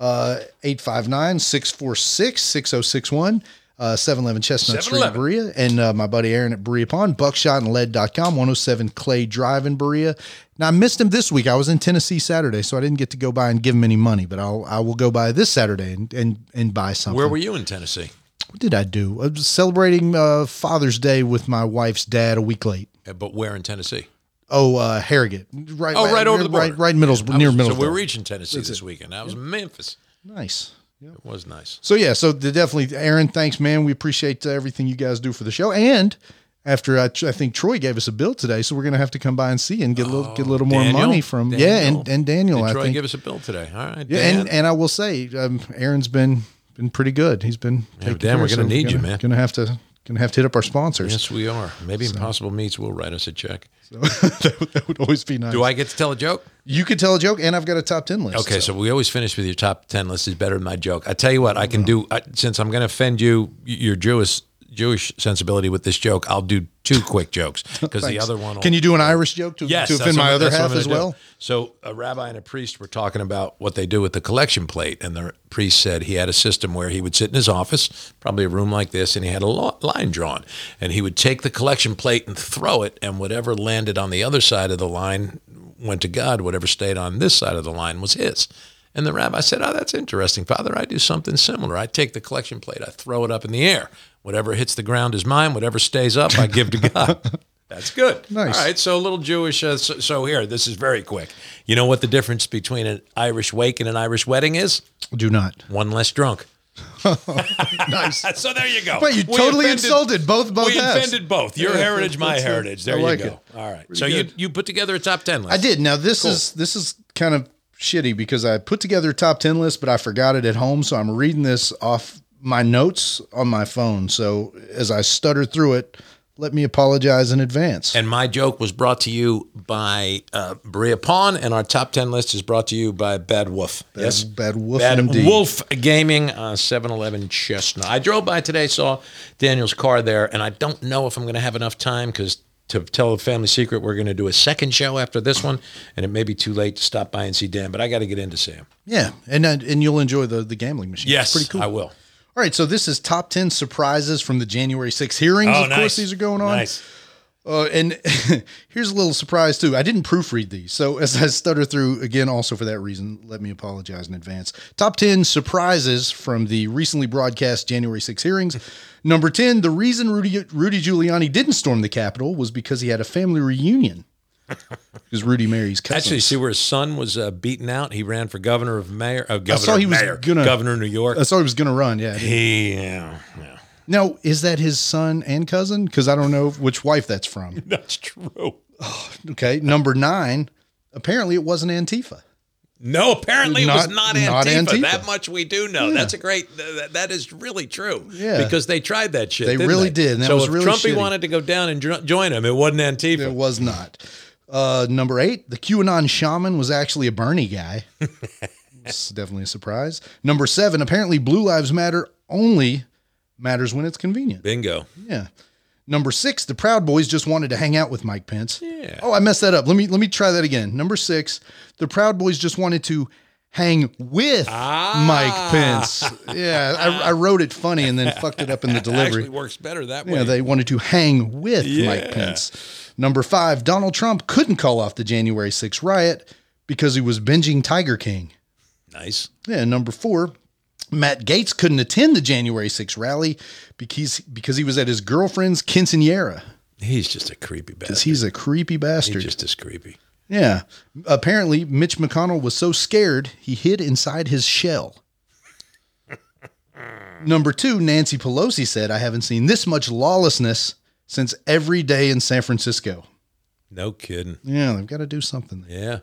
S2: 859 646 6061. 711 uh, Chestnut Street,
S3: 711.
S2: Berea, and uh, my buddy Aaron at Berea Pond, Buckshot and Lead.com, 107 Clay Drive in Berea. Now, I missed him this week. I was in Tennessee Saturday, so I didn't get to go by and give him any money, but I'll, I will go by this Saturday and, and, and buy something.
S3: Where were you in Tennessee?
S2: What did I do? I was celebrating uh, Father's Day with my wife's dad a week late.
S3: Uh, But where in Tennessee?
S2: Oh, uh, Harrogate. Right,
S3: Oh, right over the border.
S2: Right, right Middles,
S3: I
S2: near
S3: was-
S2: Middlesbrough.
S3: So we're reaching Tennessee this weekend. I was in Memphis.
S2: nice.
S3: It was nice.
S2: So yeah, so the, definitely, Aaron. Thanks, man. We appreciate uh, everything you guys do for the show. And after I, I think Troy gave us a bill today, so we're gonna have to come by and see and get a little get a little more
S3: Daniel?
S2: money from yeah, and and Daniel.
S3: Did
S2: I
S3: Troy
S2: think
S3: give us a bill today. All right,
S2: yeah,
S3: Dan.
S2: and and I will say, um, Aaron's been been pretty good. He's been taking
S3: Dan, we're
S2: care,
S3: gonna
S2: so
S3: need
S2: gonna,
S3: you, man.
S2: Gonna have to gonna have to hit up our sponsors.
S3: yes, we are. Maybe Impossible Meats will write us a check.
S2: that, would, that would always be nice.
S3: Do I get to tell a joke?
S2: You could tell a joke, and I've got a top ten list.
S3: Okay, so we always finish with your top ten list is better than my joke. I tell you what, I can
S2: Mm-hmm.
S3: do I, since I'm going to offend you, y- your Jewish Jewish sensibility with this joke. I'll do two quick jokes because the
S2: Thanks.
S3: other one. will-
S2: Can you do an Irish joke to,
S3: Yes,
S2: to offend
S3: that's
S2: my
S3: what-
S2: other
S3: that's what
S2: half
S3: I'm
S2: as
S3: gonna do.
S2: well?
S3: So a rabbi and a priest were talking about what they do with the collection plate, and the priest said he had a system where he would sit in his office, probably a room like this, and he had a lo- line drawn, and he would take the collection plate and throw it, and whatever landed on the other side of the line went to God. Whatever stayed on this side of the line was his. And the rabbi said, "Oh, that's interesting, Father. I do something similar. I take the collection plate, I throw it up in the air. Whatever hits the ground is mine. Whatever stays up, I give to God." That's good.
S2: Nice.
S3: All right. So a little Jewish. Uh, so, so here, this is very quick. You know what the difference between an Irish wake and an Irish wedding is?
S2: Do not.
S3: One less drunk.
S2: Nice.
S3: So there you go.
S2: But you
S3: We
S2: totally
S3: offended-
S2: insulted both both
S3: We
S2: halves.
S3: offended both. Your
S2: Yeah,
S3: heritage, my
S2: that's it.
S3: heritage. There
S2: I like
S3: you go.
S2: it.
S3: All right. so
S2: good.
S3: you you put together a top ten list.
S2: I did. Now this is this is kind of shitty because I put together a top ten list, but I forgot it at home, so I'm reading this off my notes on my phone. So as I stutter through it, let me apologize in advance.
S3: And my joke was brought to you by uh, Bria Pawn, and our top 10 list is brought to you by Bad Wolf. yes?
S2: Bad Wolf
S3: Bad
S2: indeed.
S3: Wolf Gaming, uh, 7-Eleven Chestnut. I drove by today, saw Daniel's car there, and I don't know if I'm going to have enough time because to tell a family secret, we're going to do a second show after this one, and it may be too late to stop by and see Dan, but I got to get in to see him.
S2: yeah, and uh, and you'll enjoy the the gambling machine.
S3: Yes,
S2: it's pretty cool.
S3: I will.
S2: All right, so this is top ten surprises from the January 6th hearings. of course, these are going on.
S3: Oh, Nice.
S2: Uh, and here's a little surprise too. I didn't proofread these, so as I stutter through again, also for that reason, let me apologize in advance. Top ten surprises from the recently broadcast January 6 hearings. Number ten: The reason Rudy Rudy Giuliani didn't storm the Capitol was because he had a family reunion. Because Rudy Mary's cousin.
S3: Actually, see where his son was uh, beaten out. He ran for governor of mayor. Uh, governor,
S2: saw he was
S3: mayor,
S2: gonna-
S3: governor of New York.
S2: I thought Uh, he was going to run. Yeah. I didn't-
S3: He, yeah, yeah.
S2: Now, is that his son and cousin? Because I don't know which wife that's from.
S3: That's true.
S2: Okay. Number nine. Apparently, it wasn't Antifa.
S3: No, apparently it was
S2: Not-
S3: not
S2: not
S3: Antifa.
S2: Antifa.
S3: That much we do know. That's a great. th- That, that is really true.
S2: Yeah.
S3: because they tried that shit.
S2: They
S3: didn't
S2: really did, and that
S3: so
S2: was
S3: if
S2: really
S3: Trumpy
S2: shitty.
S3: wanted to go down and jo- join him, it wasn't
S2: It
S3: Antifa.
S2: was not. Uh, number eight, the QAnon shaman was actually a Bernie guy. it's definitely a surprise. Number seven, apparently Blue Lives Matter only matters when it's convenient.
S3: Bingo.
S2: Yeah. Number six, the Proud Boys just wanted to hang out with Mike Pence.
S3: Yeah.
S2: Oh, I messed that up. Let me let me try that again. Number six, the Proud Boys just wanted to hang with Mike Pence. Yeah, I, I wrote it funny and then fucked it up in the delivery.
S3: Actually, works better that
S2: Yeah,
S3: way.
S2: they wanted to hang with Mike
S3: Yeah.
S2: Pence. Number five, Donald Trump couldn't call off the January 6th riot because he was binging Tiger King.
S3: nice.
S2: Yeah, number four, Matt Gates couldn't attend the January 6th rally because because he was at his girlfriend's quinceanera.
S3: He's just a creepy bastard.
S2: He's a creepy bastard.
S3: He's just as creepy.
S2: yeah. Apparently, Mitch McConnell was so scared he hid inside his shell. Number two, Nancy Pelosi said, I haven't seen this much lawlessness since every day in San Francisco.
S3: No kidding.
S2: Yeah, they've got to do something. there.
S3: Yeah.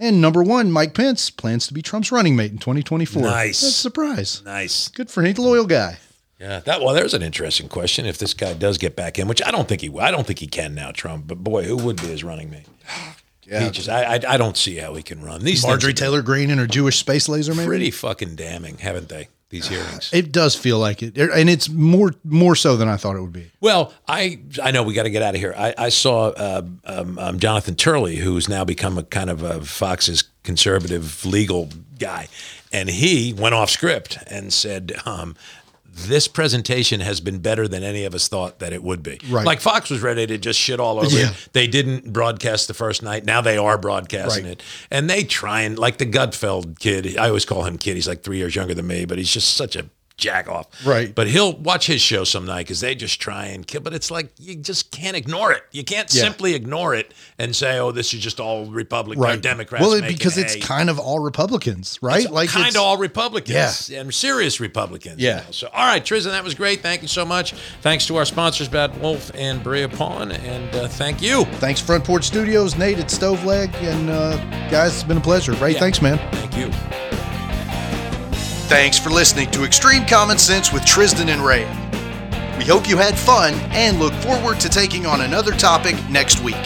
S2: And number one, Mike Pence plans to be Trump's running mate in 2024.
S3: Nice.
S2: That's a surprise.
S3: Nice.
S2: Good for him. He's a loyal guy.
S3: Yeah. That well, there's an interesting question. If this guy does get back in, which I don't think he, will. I don't think he can now, Trump. But boy, who would be his running mate? He just, I, I, I don't see how he can run. These things
S2: Marjorie
S3: are
S2: Taylor Greene and her Jewish space laser, maybe?
S3: pretty fucking damning, haven't they? these hearings.
S2: It does feel like it, and it's more more so than I thought it would be.
S3: Well, I I know we got to get out of here. I, I saw uh, um, um, Jonathan Turley, who's now become a kind of a Fox's conservative legal guy, and he went off script and said. Um, this presentation has been better than any of us thought that it would be.
S2: Right.
S3: Like Fox was ready to just shit all over
S2: Yeah.
S3: it. They didn't broadcast the first night. Now they are broadcasting
S2: Right.
S3: it. And they try and like the Gutfeld kid. I always call him kid. He's like three years younger than me, but he's just such a jack off.
S2: Right.
S3: But he'll watch his show some night because they just try and kill. But it's like you just can't ignore it. You can't
S2: Yeah.
S3: simply ignore it and say, "Oh, this is just all Republican or Democrats."
S2: Well, it,
S3: making
S2: because it's
S3: hay."
S2: kind of all Republicans, right?
S3: It's kind
S2: it's-
S3: of all Republicans and serious Republicans.
S2: Yeah.
S3: know. So, all right, Tristan, that was great. Thank you so much. Thanks to our sponsors, Bad Wolf and Brea Pawn, and uh, thank you.
S2: Thanks, Front Porch Studios, Nate at Stove Leg, and uh, guys, it's been a pleasure. Ray,
S3: Yeah.
S2: thanks, man.
S3: Thank you.
S2: Thanks for listening to Extreme Common Sense with Tristan and Ray. We hope you had fun and look forward to taking on another topic next week.